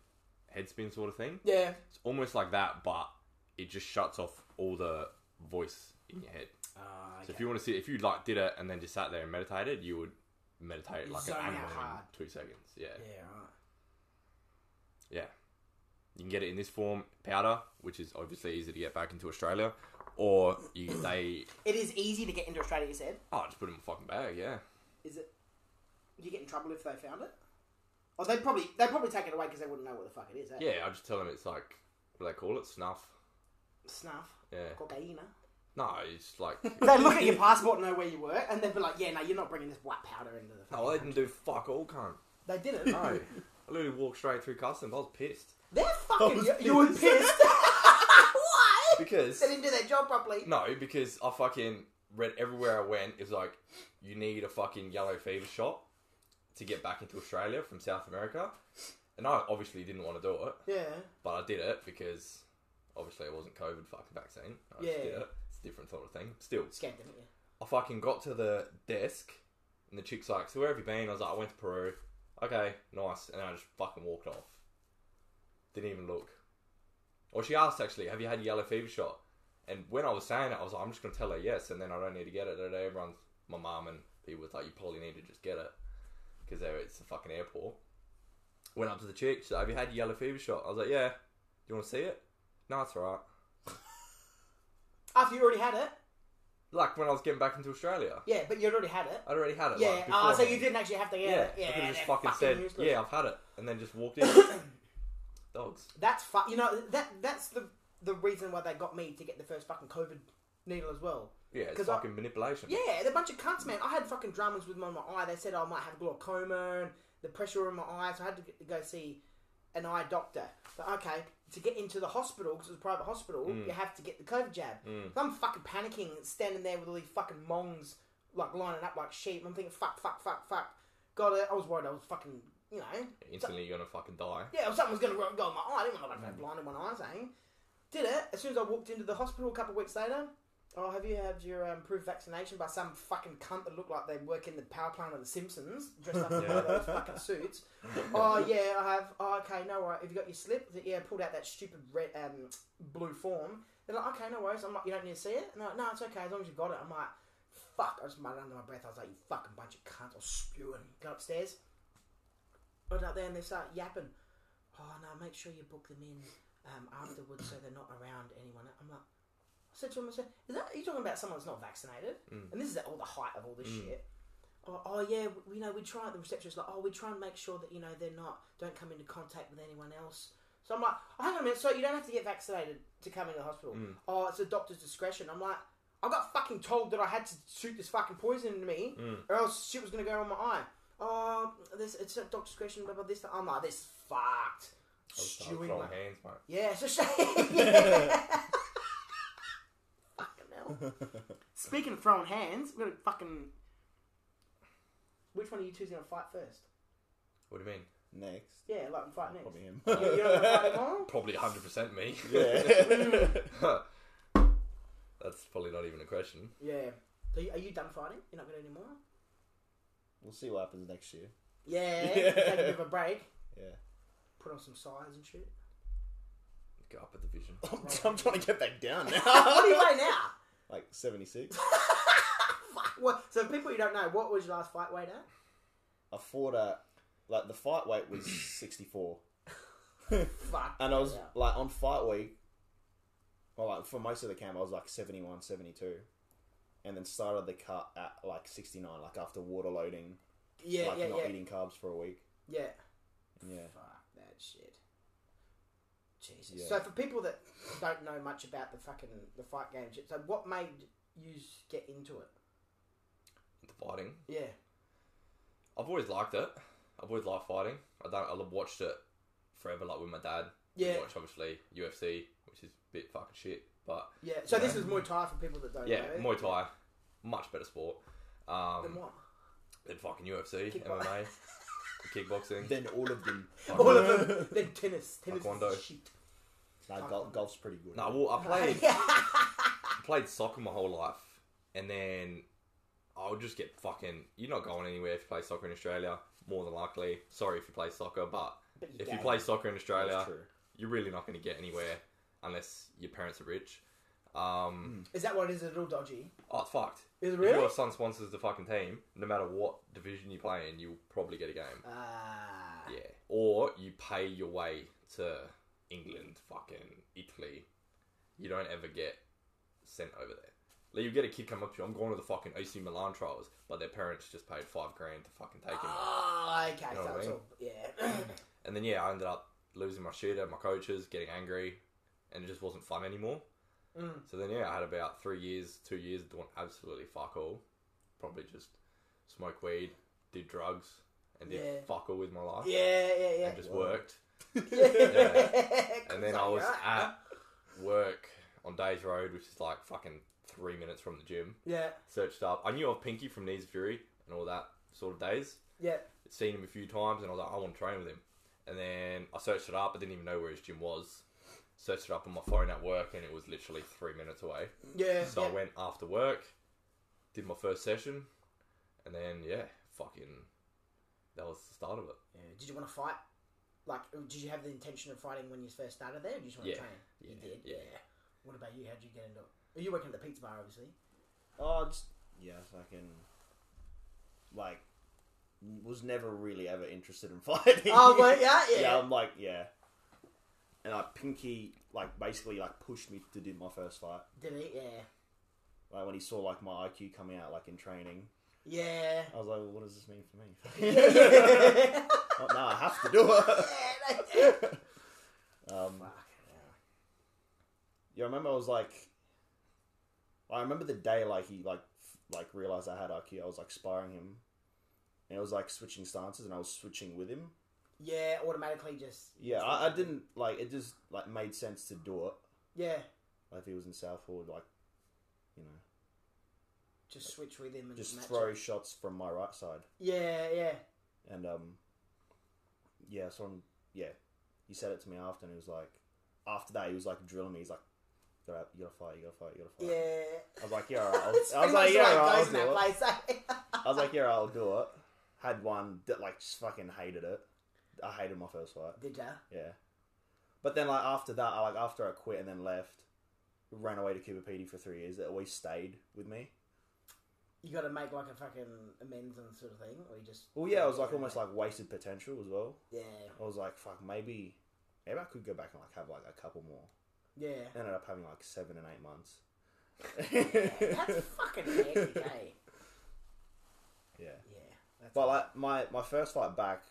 head spin sort of thing.
yeah,
It's almost like that, but it just shuts off all the voice in your head.
Ah,
So if
okay.
you want to see, if you like did it and then just sat there and meditated, you would meditate
You
like an
zone out
animal in
hard.
two seconds. Yeah. yeah,
Yeah, right.
You can get it in this form, powder, which is obviously easy to get back into Australia, or you they
It is easy to get into Australia, you said.
oh just put it in a fucking bag. Yeah,
Is it? You get in trouble if they found it? Oh, they'd probably they'd probably take it away because they wouldn't know what the fuck it is. Eh?
yeah. I just tell them it's like what do they call it, snuff.
Snuff.
Yeah.
Cocaine.
No, it's like
They look at your passport, and know where you were, and they'd be like, "Yeah, no, you're not bringing this white powder into the."
no,
fucking
they didn't do fuck all, cunt.
They didn't.
No, I literally walked straight through customs. I was pissed
They're fucking.
was
You, you were pissed. Why?
because
They didn't do their job properly.
No, because I fucking read everywhere I went. It's like you need a fucking yellow fever shot to get back into Australia from South America, and I obviously didn't want to do it,
Yeah.
but I did it because obviously it wasn't COVID fucking vaccine. I just did
Yeah.
it. It's a different sort of thing. Still,
Scared, didn't you?
I fucking got to the desk, and the chick's like, "So where have you been?" I was like, "I went to Peru." Okay, nice. And I just fucking walked off. Didn't even look. Or she asked actually, "Have you had a yellow fever shot?" And when I was saying it, I was like, "I'm just gonna tell her yes," and then I don't need to get it. And everyone's my mum and people was like, "You probably need to just get it because it's the fucking airport." Went up to the chick. She's like, "Have you had a yellow fever shot?" I was like, "Yeah." You want to see it? No, it's alright.
After you already had it.
Like when I was getting back into Australia,
Yeah, but you'd already had it.
I'd already had it.
Yeah.
Uh, Like,
Ah, so you
beforehand.
didn't actually have to get
Yeah,
it.
I could
Yeah.
have just
they're
fucking, said,
useless.
yeah, I've had it, and then just walked in. Dogs.
That's fu- You know that that's the the reason why they got me to get the first fucking COVID needle as well.
Yeah, it's
'Cause I-
fucking manipulation.
Yeah, they're a bunch of cunts, man. I had fucking dramas with my, my eye. They said I might have glaucoma and the pressure in my eyes. I had to g- go see an eye doctor. But okay, to get into the hospital, because it was a private hospital, you have to get the COVID jab. So I'm fucking panicking, standing there with all these fucking mongs, like lining up like sheep. I'm thinking, fuck, fuck, fuck, fuck. Got it. I was worried I was fucking, you know,
Instantly, you're gonna fucking die.
yeah, if something was going to go in my eye, I didn't want to go blind in one eye, saying. Did it. As soon as I walked into the hospital a couple of weeks later, oh, have you had your um, proof vaccination by some fucking cunt that looked like they work in the power plant of The Simpsons, dressed up in one of those fucking suits? oh, yeah, I have. Oh, okay, no worries. Have you got your slip? That- Yeah, pulled out that stupid red, um, blue form. They're like, okay, no worries. I'm like, you don't need to see it? No, no, it's okay, as long as you got it. I'm like, fuck. I just muttered under my breath. I was like, you fucking bunch of cunts. I was spewing. Got upstairs. Went up there and they start yapping. Oh no, make sure you book them in um, afterwards so they're not around anyone. I'm like, I said to him, I said, is that are you talking about someone that's not vaccinated? And this is at all the height of all this shit. Oh, oh yeah, we- we know we try. The receptionist like, oh, we try and make sure that you know they're not don't come into contact with anyone else. So I'm like, oh, hang on a minute. So you don't have to get vaccinated to come into the hospital. Oh, it's a doctor's discretion. I'm like, I got fucking told that I had to shoot this fucking poison into me, or else shit was gonna go on my eye. Oh, this it's a doctor's discretion. Blah blah. This. that. I'm like, this is fucked.
I was like,
Stewing
throwing
my-
hands, mate.
yeah, it's a shame. yeah. fucking hell. Speaking of throwing hands, we're gonna fucking. Which one are you two gonna fight first?
What do you mean?
Next.
Yeah, like fight next.
Probably him.
You- you don't wanna fight tomorrow?
Probably 100 percent me.
yeah.
That's probably not even a question.
Yeah. So you, are you done fighting? You're not gonna do any more?
we'll see what happens next year.
Yeah.
Yeah.
Take a bit of a break.
Yeah.
Put on some size and shit.
Go up at the vision.
I'm, I'm trying to get back down now.
what do you weigh now?
like 76.
Fuck. What? So people who don't know, what was your last fight weight at?
I fought at, like, the fight weight was 64.
Fuck.
And I was,
Yeah.
like, on fight week, well, like, for most of the camp, I was, like, 71, 72. And then started the cut at, like, 69, like, after water loading.
Yeah,
like,
yeah,
not
yeah,
eating carbs for a week.
yeah.
Yeah.
Fuck that shit. Jesus.
Yeah.
So for people that don't know much about the fucking the fight game shit, so what made you get into it?
The fighting.
Yeah.
I've always liked it. I've always liked fighting. I don't. I watched it forever, like with my dad.
Yeah.
We watched obviously UFC, which is a bit fucking shit, but
Yeah. So this
Yeah.
is Muay Thai for people that don't
yeah,
know.
Muay Thai, much better sport. Um,
Then what?
than fucking UFC,
Kickbox-
MMA, kickboxing.
Then all of them.
All of them. then tennis. Tennis
Taekwondo.
is shit.
Nah, gol- golf's pretty good.
No, well, I played
Yeah.
I played soccer my whole life, and then I would just get fucking. You're not going anywhere if you play soccer in Australia. More than likely, sorry if you play soccer, but
But you
if you
gay.
play soccer in Australia,
That's true.
you're really not going to get anywhere unless your parents are rich. Um,
Is that what it is? A little dodgy.
Oh, it's fucked.
Hmm. Is it
If
really?
your son sponsors the fucking team, no matter what division you play in, you'll probably get a game.
Ah.
Yeah. Or you pay your way to England, fucking Italy. You don't ever get sent over there. Like you get a kid come up to you, I'm going to the fucking AC Milan trials, but their parents just paid five grand to fucking take him.
Ah, okay.
Know what
so
I
it's
mean?
all, yeah.
And then yeah, I ended up losing my shooter, my coaches, getting angry, and it just wasn't fun anymore.
Mm.
So then yeah, I had about three years, two years doing absolutely fuck all. Probably just smoke weed, did drugs, and did
Yeah.
fuck all with my life.
yeah, yeah, yeah.
And just worked.
yeah.
And then I was at work on Days Road, which is like fucking three minutes from the gym.
Yeah,
Searched up. I knew of Pinky from Knees of Fury and all that sort of days.
yeah.
Seen him a few times and I was like, I want to train with him. And then I searched it up. I didn't even know where his gym was. Searched it up on my phone at work and it was literally three minutes away.
Yeah.
So
yeah.
I went after work, did my first session, and then yeah, fucking, that was the start of it.
Yeah. Did you want to fight? Like, uh, did you have the intention of fighting when you first started there? Or did you just want
Yeah,
to train? you
yeah,
did.
yeah.
What about you? How would you get into it? Well, you working at the pizza bar, obviously.
Oh, just yeah, fucking like was never really ever interested in fighting.
Oh, but yeah, yeah.
yeah. I'm like yeah, and like Pinky like basically like pushed me to do my first fight.
Did he? Yeah.
Like when he saw like my IQ coming out like in training,
Yeah.
I was like, well, what does this mean for me?
yeah, yeah.
oh, no, I have to do it.
yeah.
Um, yeah, I remember I was like, I remember the day like he like f- like realized I had IQ. I was like sparring him, and it was like switching stances, and I was switching with him.
Yeah, automatically just.
Yeah, I, I didn't like it. Just like made sense to do it.
Yeah,
Like if he was in Southwood, like you know,
just switch with him and
just
match
throw
It.
shots from my right side,
Yeah, yeah.
and um, yeah, so I'm, yeah, he said it to me after, and he was like, after that, he was like drilling me. He's like, you gotta, you gotta fight, you gotta fight, you gotta fight.
Yeah.
I was like, yeah, all right. I'll,
It's
I was
pretty
like,
much
yeah,
the way
all
it
right, I'll
goes in that
do it.
place, eh?
I was like, yeah, I'll do it. Had one that like just fucking hated it. I hated my first fight.
Did ya?
Yeah. But then like after that, I like after I quit and then left, ran away to Cooper Pedy for three years. It always stayed with me.
You got to make like a fucking amends and sort of thing, or you just.
Well, yeah, I was like almost like wasted potential as well.
Yeah,
I was like, fuck, maybe, maybe I could go back and like have like a couple more.
yeah.
Ended up having like seven and eight months.
That's fucking hectic, eh?
yeah.
Yeah. That's
But like my my first fight back,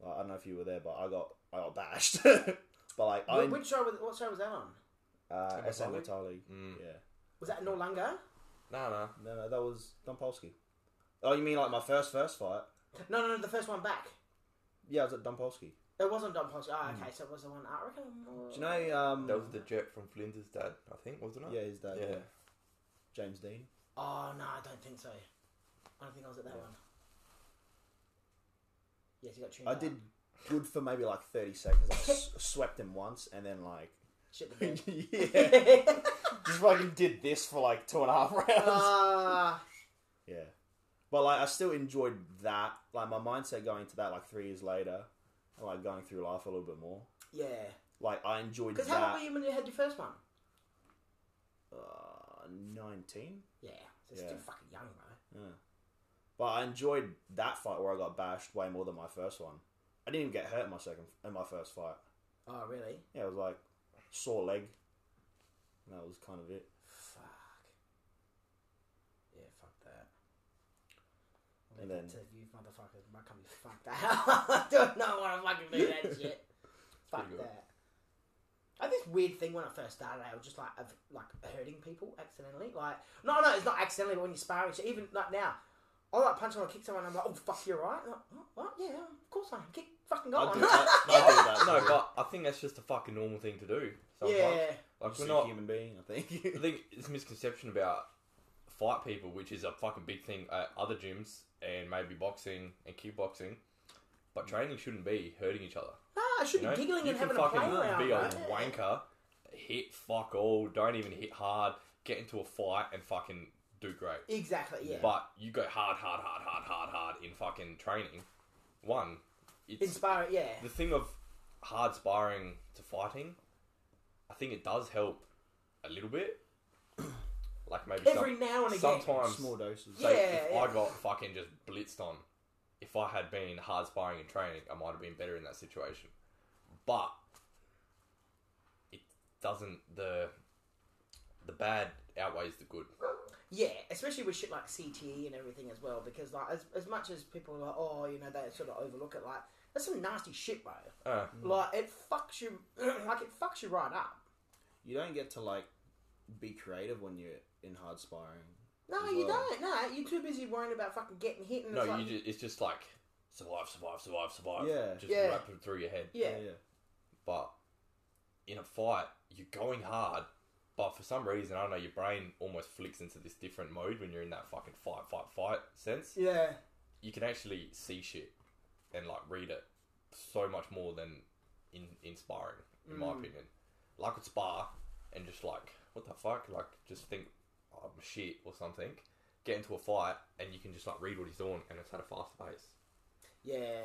like, I don't know if you were there, but I got I got bashed. but like I
Wh- Which show was what show was that on?
uh, SM
League?
Guitar League.
Mm.
Yeah.
Was that No Longer?
No, no.
No, no, that was Don Polsky. Oh, you mean like my first first fight?
No, no, no. The first one back.
Yeah, I was at Don Polsky.
It wasn't Don Ponce. Oh, okay. So it was the one. I reckon.
Hmm. Do you know? Um,
That was the jet from Flinders' dad, I think, wasn't it?
yeah, his dad,
Yeah.
yeah. James Dean.
Oh no, I don't think so. I don't think I was at that one. Yes, you got tuned.
I
out.
did good for maybe like thirty seconds. I s- swept him once, and then like
shit the bed.
yeah, just fucking did this for like two and a half rounds.
Ah,
Yeah. But like I still enjoyed that. Like my mindset going to that like three years later, and like going through life a little bit more.
yeah.
Like I enjoyed
Because how old
that.
were you when you had your first one?
Uh, Nineteen.
Yeah, so still
Yeah.
fucking young, bro.
But I enjoyed that fight where I got bashed way more than my first one. I didn't even get hurt in my second in my first fight.
Oh really?
Yeah, it was like sore leg. And that was kind of it.
Fuck. Yeah, fuck that.
And
And then
then-
to you motherfuckers, my company, fuck that. I don't know want to fucking do that shit. fuck
pretty good.
that. I had this weird thing when I first started. I was just like, of, like hurting people accidentally. Like, no, no, it's not accidentally. But when you're sparring, so even like now, I like punch someone, kick someone, and I'm like, oh fuck, you're right. And I'm like, "What? what? Yeah, of course I am. Kick fucking
I
goal.
do
yeah,
that.
I do that
No,
too.
but I think that's just a fucking normal thing to do. Sometimes.
yeah,
Like
Just
we're
a
not.
human being, I
I
think.
think it's a misconception about fight people, which is a fucking big thing at other gyms and maybe boxing and kickboxing.
Mm.
But training shouldn't be hurting each other.
no, Ah, I should
You
be
know,
giggling
you
and
can
having a
fucking
play around.
be a
right?
wanker, hit fuck all, don't even hit hard, get into a fight and fucking do great.
Exactly. Yeah.
But you go hard, hard, hard, hard, hard, hard in fucking training. One, it's
Inspire. Yeah.
the thing of hard sparring to fighting I think it does help a little bit. Like maybe some-
Every now and again.
sometimes
Small doses.
So
Yeah,
if
yeah.
I got fucking just blitzed on, if I had been hard sparring and training, I might have been better in that situation. But it doesn't the the bad outweighs the good.
Yeah, especially with shit like CTE and everything as well, because like as, as much as people are like, oh, you know, they sort of overlook it, like that's some nasty shit, bro.
Uh,
Like it fucks you, like it fucks you right up.
You don't get to like be creative when you're in hard sparring.
No,
as
you
well.
don't. No, you're too busy worrying about fucking getting hit. And
no,
it's like,
you just, it's just like survive, survive, survive, survive.
Yeah.
just
Yeah.
wrap it through your head.
yeah,
yeah.
But in a fight, you're going hard. But for some reason, I don't know, your brain almost flicks into this different mode when you're in that fucking fight, fight, fight sense.
yeah,
you can actually see shit and like read it so much more than in inspiring, in my opinion. Like with Spa, and just like what the fuck, like just think I'm shit or something. Get into a fight and you can just like read what he's doing, and it's at a faster pace.
yeah.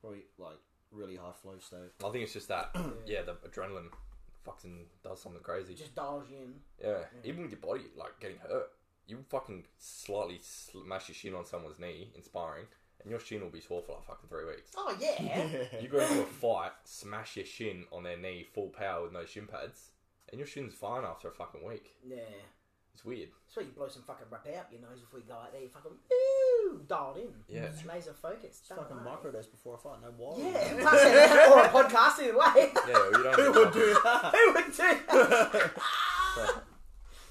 Probably like really high flow state.
I think it's just that, yeah, the adrenaline fucking does something crazy.
Just dials you in.
yeah.
Mm.
even with your body like getting hurt, you fucking slightly smash your shin on someone's knee in sparring, and your shin will be sore for like fucking three weeks.
Oh yeah,
You go into a fight, smash your shin on their knee full power with no shin pads, and your shin's fine after a fucking week.
yeah.
It's weird.
That's why you blow some fucking rap out your nose before you go out there. You fucking ooh, dialed in.
Yeah.
Just laser focused. Don't
Fucking
know.
microdose before a fight. No why?
Yeah, fuck it. or a podcast either way.
Yeah, you don't. Who would do
Who would do that?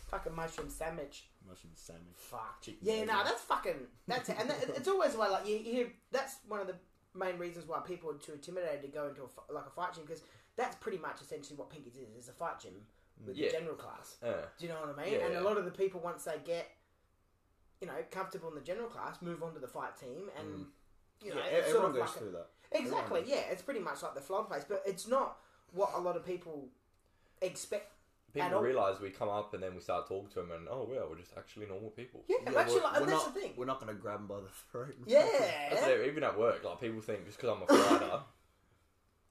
fucking mushroom sandwich.
Mushroom sandwich.
Fuck.
Chicken
yeah,
noodle.
no, that's fucking. That's it. And that, it's always why, like, you, you hear. That's one of the main reasons why people are too intimidated to go into a, fi- like a fight gym because that's pretty much essentially what Pinkies is. It's a fight gym with
Yeah.
the general class.
Uh,
Do you know what I mean?
Yeah,
and
yeah.
a lot of the people once they get, you know, comfortable in the general class, move on to the fight team, and you know,
Mm. Yeah,
it's
e-
sort
everyone
of
goes
like a-
through that.
Exactly. Yeah, it's pretty much like the flood place, but it's not what a lot of people expect. at
people
all.
realize we come up and then we start talking to them, and oh well, we're just actually normal people.
Yeah,
Yeah,
actually,
we're-
like, and
we're
that's
not-
the thing.
We're not going to grab him by the throat.
Yeah.
That's it, even at work, like people think just because I'm a fighter,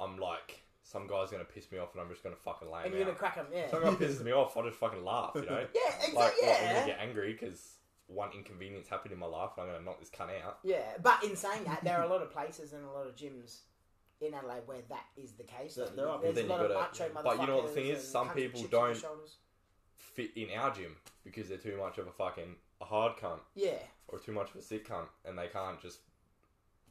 I'm like some guy's gonna piss me off, and I'm just gonna fucking lay him
and you're gonna
out.
crack them. Yeah.
Some guy pisses me off, I just fucking laugh, you know.
Yeah. Exactly.
Like, like, I'm
yeah.
gonna get angry because one inconvenience happened in my life, and I'm gonna knock this cunt out.
Yeah, but in saying that, there are a lot of places and a lot of gyms in Adelaide where that is the case.
There-
though.
there are
There's a
people-
lot
Then
of
you
macho
gotta-
motherfuckers.
but you know what the thing is?
and
some
cunt
people
chicks on their
don't-
shoulders.
Fit in our gym because they're too much of a fucking a hard cunt.
Yeah.
or too much of a sick cunt, and they can't just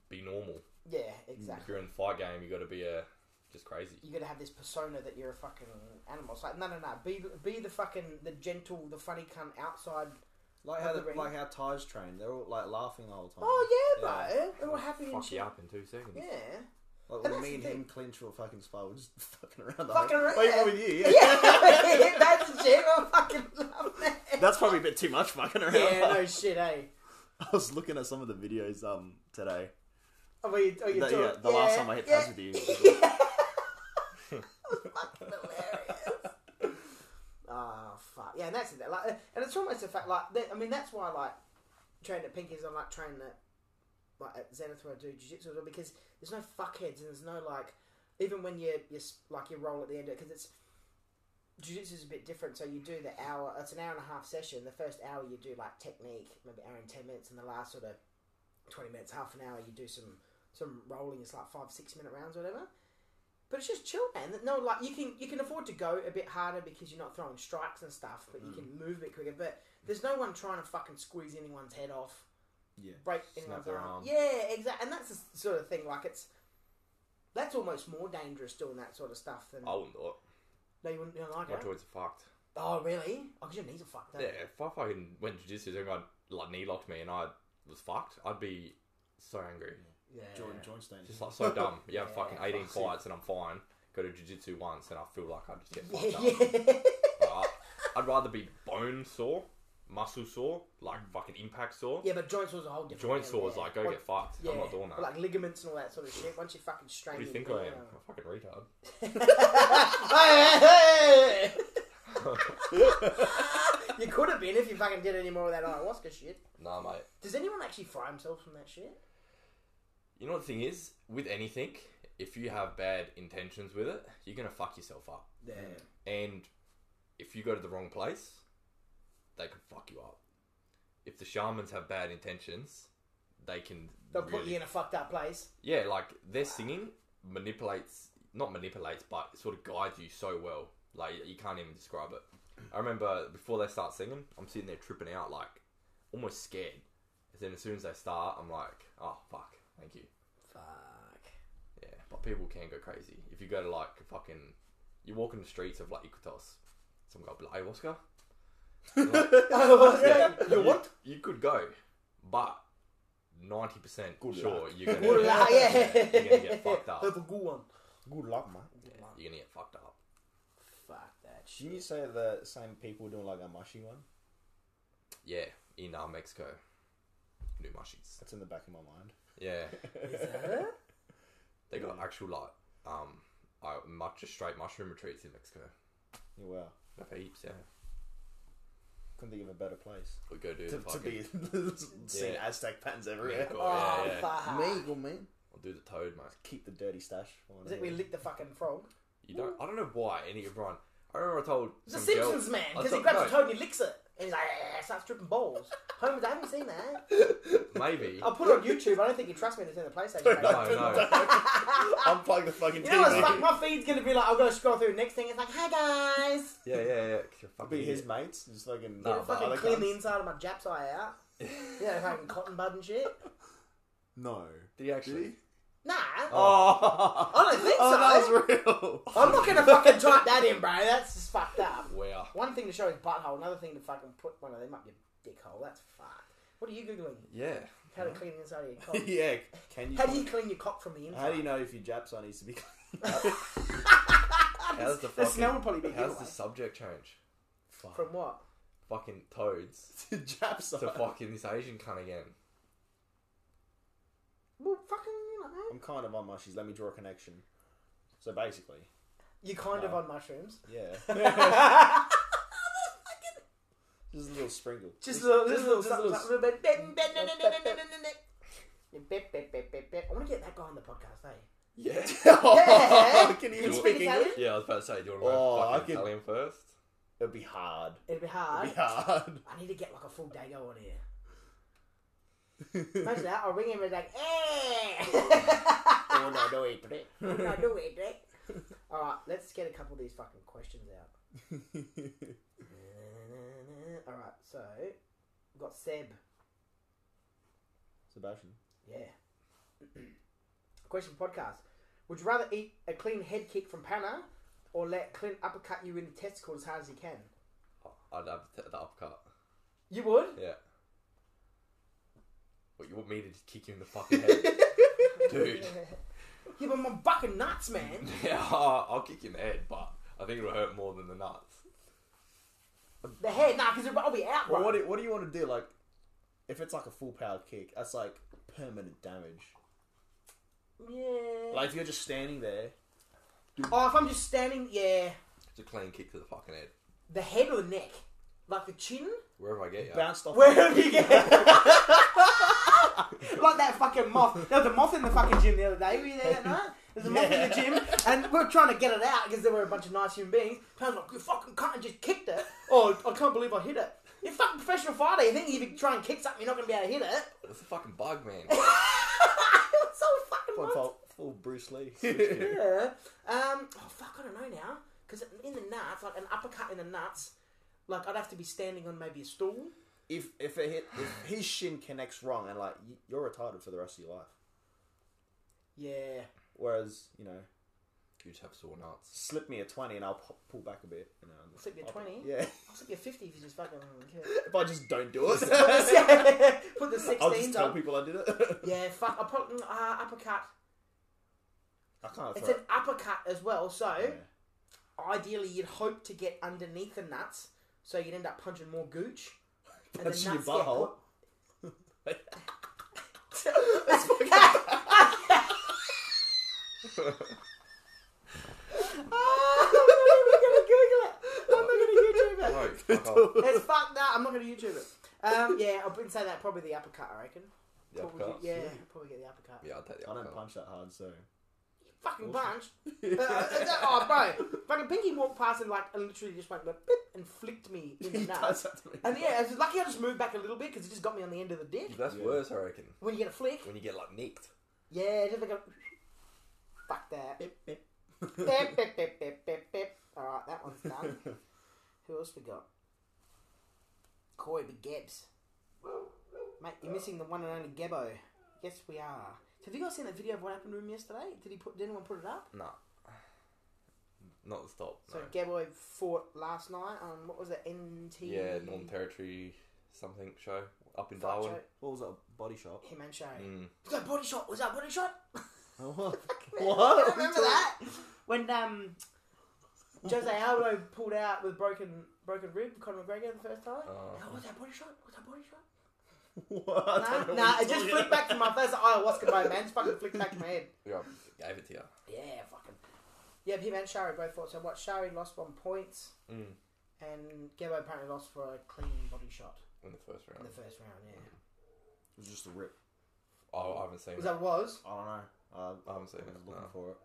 be normal.
Yeah.
If
Exactly.
you're in the fight game, you got to be a just crazy.
You gotta have this persona that you're a fucking animal. It's like no, no, no. Be be the fucking the gentle, the funny cunt outside.
Like how,
Of the
the,
ring.
like how Ty's trained. They're all like laughing the whole time.
Oh yeah, bro. They're all happy and
Fuck
shit.
you up in two seconds.
Yeah.
Like
And
when
that's
me and
the
him
thing.
clinch or fucking spar, we're just fucking around. the
Fucking
whole-
around.
Like, even with you, yeah.
yeah, that's the gym. I fucking love that.
That's probably a bit too much fucking around.
yeah, no shit, eh?
I was looking at some of the videos um today.
Oh, were you, oh, you
That-
talk-
yeah, the last time I hit pads with you.
Yeah. Fucking hilarious. Oh fuck yeah, and that's it. Like, and it's almost a fact. Like, that, I mean, that's why like training at Pinkies, I like training at like at Zenith where I do jiu jitsu because there's no fuckheads and there's no like even when you you s- like you roll at the end of it because it's jiu-jitsu is a bit different so you do the hour it's an hour and a half session the first hour you do like technique maybe hour and 10 minutes and the last sort of 20 minutes half an hour you do some some rolling it's like five six minute rounds or whatever but it's just chill man no like you can you can afford to go a bit harder because you're not throwing strikes and stuff but you
Mm.
can move a bit quicker but there's no one trying to fucking squeeze anyone's head off
Yeah.
break
Snap
anyone's
their
arm.
arm.
yeah exactly and that's the s- sort of thing like it's that's almost more dangerous doing that sort of stuff than
I wouldn't do it.
no you wouldn't you don't like
My
it
joints are fucked.
Oh, really? Oh, 'cause your knees are fucked up.
Yeah, if I fucking went to jiu-jitsu and I like knee locked me and I was fucked, I'd be so angry.
Yeah.
Joint, joint stone.
Just like so dumb. Yeah, I'm fucking 18
fuck.
fights and I'm fine. Go to jiu-jitsu once and I feel like I just get
Yeah,
fucked up.
yeah.
Like, I- I'd rather be bone sore, muscle sore, like fucking impact sore.
Yeah, but joint sore's a whole different
Joint
thing,
sore is
yeah.
like go
What-
get fucked. I'm not doing that.
Like ligaments and all that sort of shit. Once you fucking strain
what do you
your
think
knee,
I am?
uh,
I'm a fucking retard.
Hey, hey, hey! you could have been if you fucking did any more of that ayahuasca shit.
Nah, mate.
Does anyone actually fry themselves from that shit?
You know what the thing is with anything, if you have bad intentions with it, you're gonna fuck yourself up.
Yeah.
And if you go to the wrong place, they can fuck you up. If the shamans have bad intentions, they can.
They'll put
really-
you in a fucked up place.
Yeah, like their singing manipulates, not manipulates, but sort of guides you so well. Like you can't even describe it. I remember before they start singing, I'm sitting there tripping out, like almost scared. And then as soon as they start, I'm like, oh fuck, thank you.
Fuck.
Yeah, but people can go crazy. If you go to like a fucking, you walk in the streets of like Iquitos, some guy will be like, hey, what's going you, what? You could go, but ninety percent sure you're gonna,
Good luck, yeah.
you're gonna get fucked up.
That's a good one.
Good luck, man.
You're gonna get fucked up.
Fuck that shit.
Didn't you say the same people doing like a mushy one?
Yeah, in uh, Mexico, new mushies.
That's in the back of my mind.
Yeah,
Is that it?
they got actual like um, uh, much just straight mushroom retreats in Mexico.
Yeah, wow.
They've heaps, yeah.
Couldn't think of a better place
We go do
to,
the
to
fucking.
be seeing
Yeah.
Aztec patterns
Yeah,
everywhere.
God,
Oh,
yeah, yeah.
fuck.
Legal, man.
I'll do the toad, mate.
Keep the dirty stash.
Is it we licked the fucking frog?
You don't. I don't know why any everyone. I remember I told
It's the
some girl-
Simpsons man,
I
because he
thought-
grabs
no,
a toad and he licks it. And he's like, "Ah," starts dripping balls. Holmes, I haven't seen that.
Maybe.
I'll put it on YouTube. I don't think you trust me to turn the PlayStation back on.
no, no.
Unplug the fucking
You know what's
TV.
like? My feed's gonna be like, I'm gonna scroll through. Next thing, it's like, hey guys,
Yeah, yeah, yeah. 'cause you're
I'll
fucking
be his
idiot.
mates. Just fucking.
No,
the
fucking
other
clean the
cunts.
inside of my Jap's eye out. You know, fucking cotton bud and shit.
No.
Did he actually?
Nah,
Oh,
I don't think so.
that was real.
I'm not gonna fucking type that in, bro. That's just fucked up.
wow.
One thing to show his butthole, another thing to fucking put one of them up your dickhole. That's fucked. What are you googling?
Yeah.
How to clean the inside of your cock?
yeah. Can you?
How do you clean your cock from the inside?
How do you know if your Japs needs to be?
How's the,
The
fucking?
smell would probably be
how's the
giveaway.
subject change?
From what?
Fucking toads
Japs
to fucking this Asian cunt again.
Well, fucking, you know.
I'm kind of on mushies. Let me draw a connection. So basically,
You're kind of on mushrooms.
yeah. Just a little sprinkle.
Just a little, just a little,
just a little-
something- something- bit- bit- bit- bit- bit- bit- bit- bit- bit- bit- bit. I want to get that guy on the podcast, eh?
Yeah.
Yeah.
can you
You
even
want-
speak English?
yeah, I was about to say, do you want to
Oh,
oh,
I could-
fucking Italian first?
It'd be hard.
It'd be hard.
It'd be hard.
I need to get like a full dago on here. Imagine that. I'll ring him and be like, eh!
Uno, dos, y tres.
I do it, eh? All right, let's get a couple of these fucking questions out. All right, so we've got Seb.
Sebastian.
Yeah. Question podcast. Would you rather eat a clean head kick from Panna or let Clint uppercut you in the testicle as hard as he can?
I'd have the, the uppercut.
You would?
Yeah. What, you want me to just kick you in the fucking head? Dude.
Yeah, but my fucking nuts, man.
Yeah, I'll kick you in the head, but I think it'll hurt more than the nuts.
The head, nah, because I'll be out, bro.
Well, what do, what do you want to do? Like, if it's like a full power kick, that's like permanent damage.
yeah.
Like, if you're just standing there,
oh, if I'm just standing, yeah.
It's a clean kick to the fucking head.
The head or the neck? Like the chin?
Wherever I get you.
bounced off.
Wherever you get.
Like that fucking moth. There was a moth in the fucking gym the other day. Were you there that night? There's a moth in the gym,
And we are trying to get it out because there were a bunch of nice human beings. Pam's like, you fucking cunt and just kicked it. Oh, I can't believe I hit it. You're a fucking professional fighter. You think if you try and kick something, you're not going to be able to hit it?
It's a fucking bug, man.
It's so fucking
Full,
nuts.
full, full Bruce Lee.
Yeah. Um, oh, fuck, I don't know now. Because in the nuts, like an uppercut in the nuts, like I'd have to be standing on maybe a stool.
if if it hit, if his shin connects wrong, and like y- you're retarded for the rest of your life.
Yeah.
Whereas you know,
you just have sore nuts.
slip me a twenty and I'll pop, pull back a bit. You know, and-
Slip you a 20?
Yeah,
I'll slip you a 50 if you just fucking.
if I just don't do it,
Put the 16s
I'll just tell
up.
people I did it.
Yeah, fuck. I'll put uh, uppercut.
I can't.
It's
throw
an uppercut as well, so.
it. Yeah.
ideally you'd hope to get underneath the nuts so you'd end up punching more gooch. And
Punching your
get
butthole.
put- Ah, I'm not even gonna Google it. I'm not gonna YouTube
No, fuck off.
it. It's fucked up. I'm not gonna YouTube it. Um, yeah, I've been saying that probably the uppercut, I reckon.
The
Probably,
uppercuts.
yeah, I'd probably get the uppercut.
Yeah, I'll take the
I don't
uppercut.
punch that hard, so
Fucking punch. Uh, oh, bro. Fucking Pinky walked past and, like, and literally just went, like, "Pip," and flicked me in the
he does
nuts.
that to me.
And yeah, it's lucky I just moved back a little bit because it just got me on the end of the dick.
That's
Yeah.
worse, I reckon.
When you get a flick,
When you get like nicked.
yeah, just like a. Fuck that.
Bip, bip.
Bip, bip, bip, bip, bip, bip. Alright, that one's done. Who else we got? Coy Gebs. Mate, you're missing the one and only Gebo. Yes, we are. Have you guys seen that video of what happened to him yesterday? Did he put? Did anyone put it up?
Nah. Not the stop.
So
no.
Gabo fought last night on what was it? NT.
Yeah, Northern Territory something show up in
Fight
Darwin.
show,
What was that? Body shop.
Him and show.
Mm.
Was that body shot? Was that body shot?
Oh, what?
I
What?
remember that when um, Jose Aldo pulled out with broken broken rib, Conor McGregor the first time.
Oh.
Oh, was that body shot? Was that body shot?
What? I don't
No,
know
nah,
what
it
you're
just
talking
flicked back to my face. Oh, what's going on, man? It's fucking flicked back to my head.
Yeah, I gave it to you.
Yeah, fucking. Yeah, him and Shari both fought. So what? Shari lost one points,
Mm.
and Gabo apparently lost for a clean body shot
In the first
in
round.
the first round. Yeah,
It was just a rip.
Oh, I haven't seen
was
it.
that was?
I don't know. Uh,
I haven't seen
I was
it.
looking
no.
for it.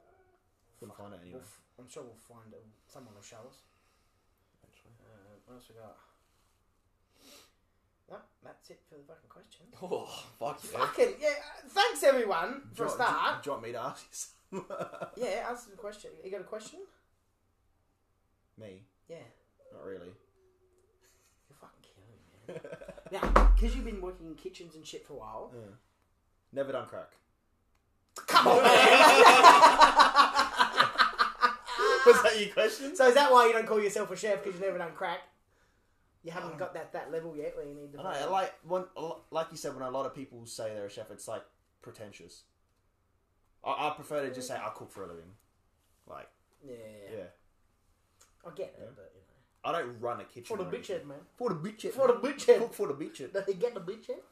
Couldn't find it
We'll
anywhere.
f- I'm sure we'll find it. Someone will show us. Uh, what else we got? No, that's it for the fucking questions.
Oh, fuck yeah.
Fucking yeah! uh, Thanks everyone for a
Do you-
start.
Do you want me to ask you some?
Yeah, answer the question. You got a question?
me?
Yeah.
Not really.
You're fucking killing me, man. now, because you've been working in kitchens and shit for a while.
Never done crack.
Come on, man.
Was that your question?
so is that why you don't call yourself a chef? Because you've never done crack. You haven't got that that level yet where you need to.
Um, I don't know, like when, like you said, when a lot of people say they're a chef, it's like pretentious. I, I prefer to just say I cook for a living. Like,
yeah,
yeah,
I get it,
Yeah.
but you know.
I don't run a kitchen.
For the
or anything.
bitchet, man.
For the bitchet.
For the
man.
bitchet.
Cook for the bitchet.
Does he get the bitch in?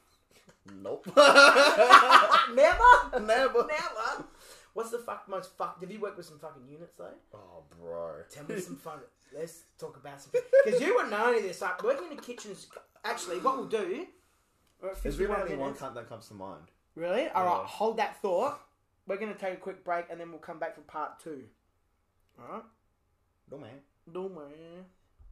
Nope.
Never.
Never.
Never. What's the fuck most fuck? Have you worked with some fucking units though?
Oh, bro.
Tell me some fun. Let's talk about some. Because you wouldn't know any of this. Like working in the kitchens. Actually, what we'll do. we're at
There's really
51
only one
minutes.
cunt that comes to mind.
Really? All right.
Yeah.
Hold that thought. We're gonna take a quick break and then we'll come back for part two. All right.
No man.
Don't worry.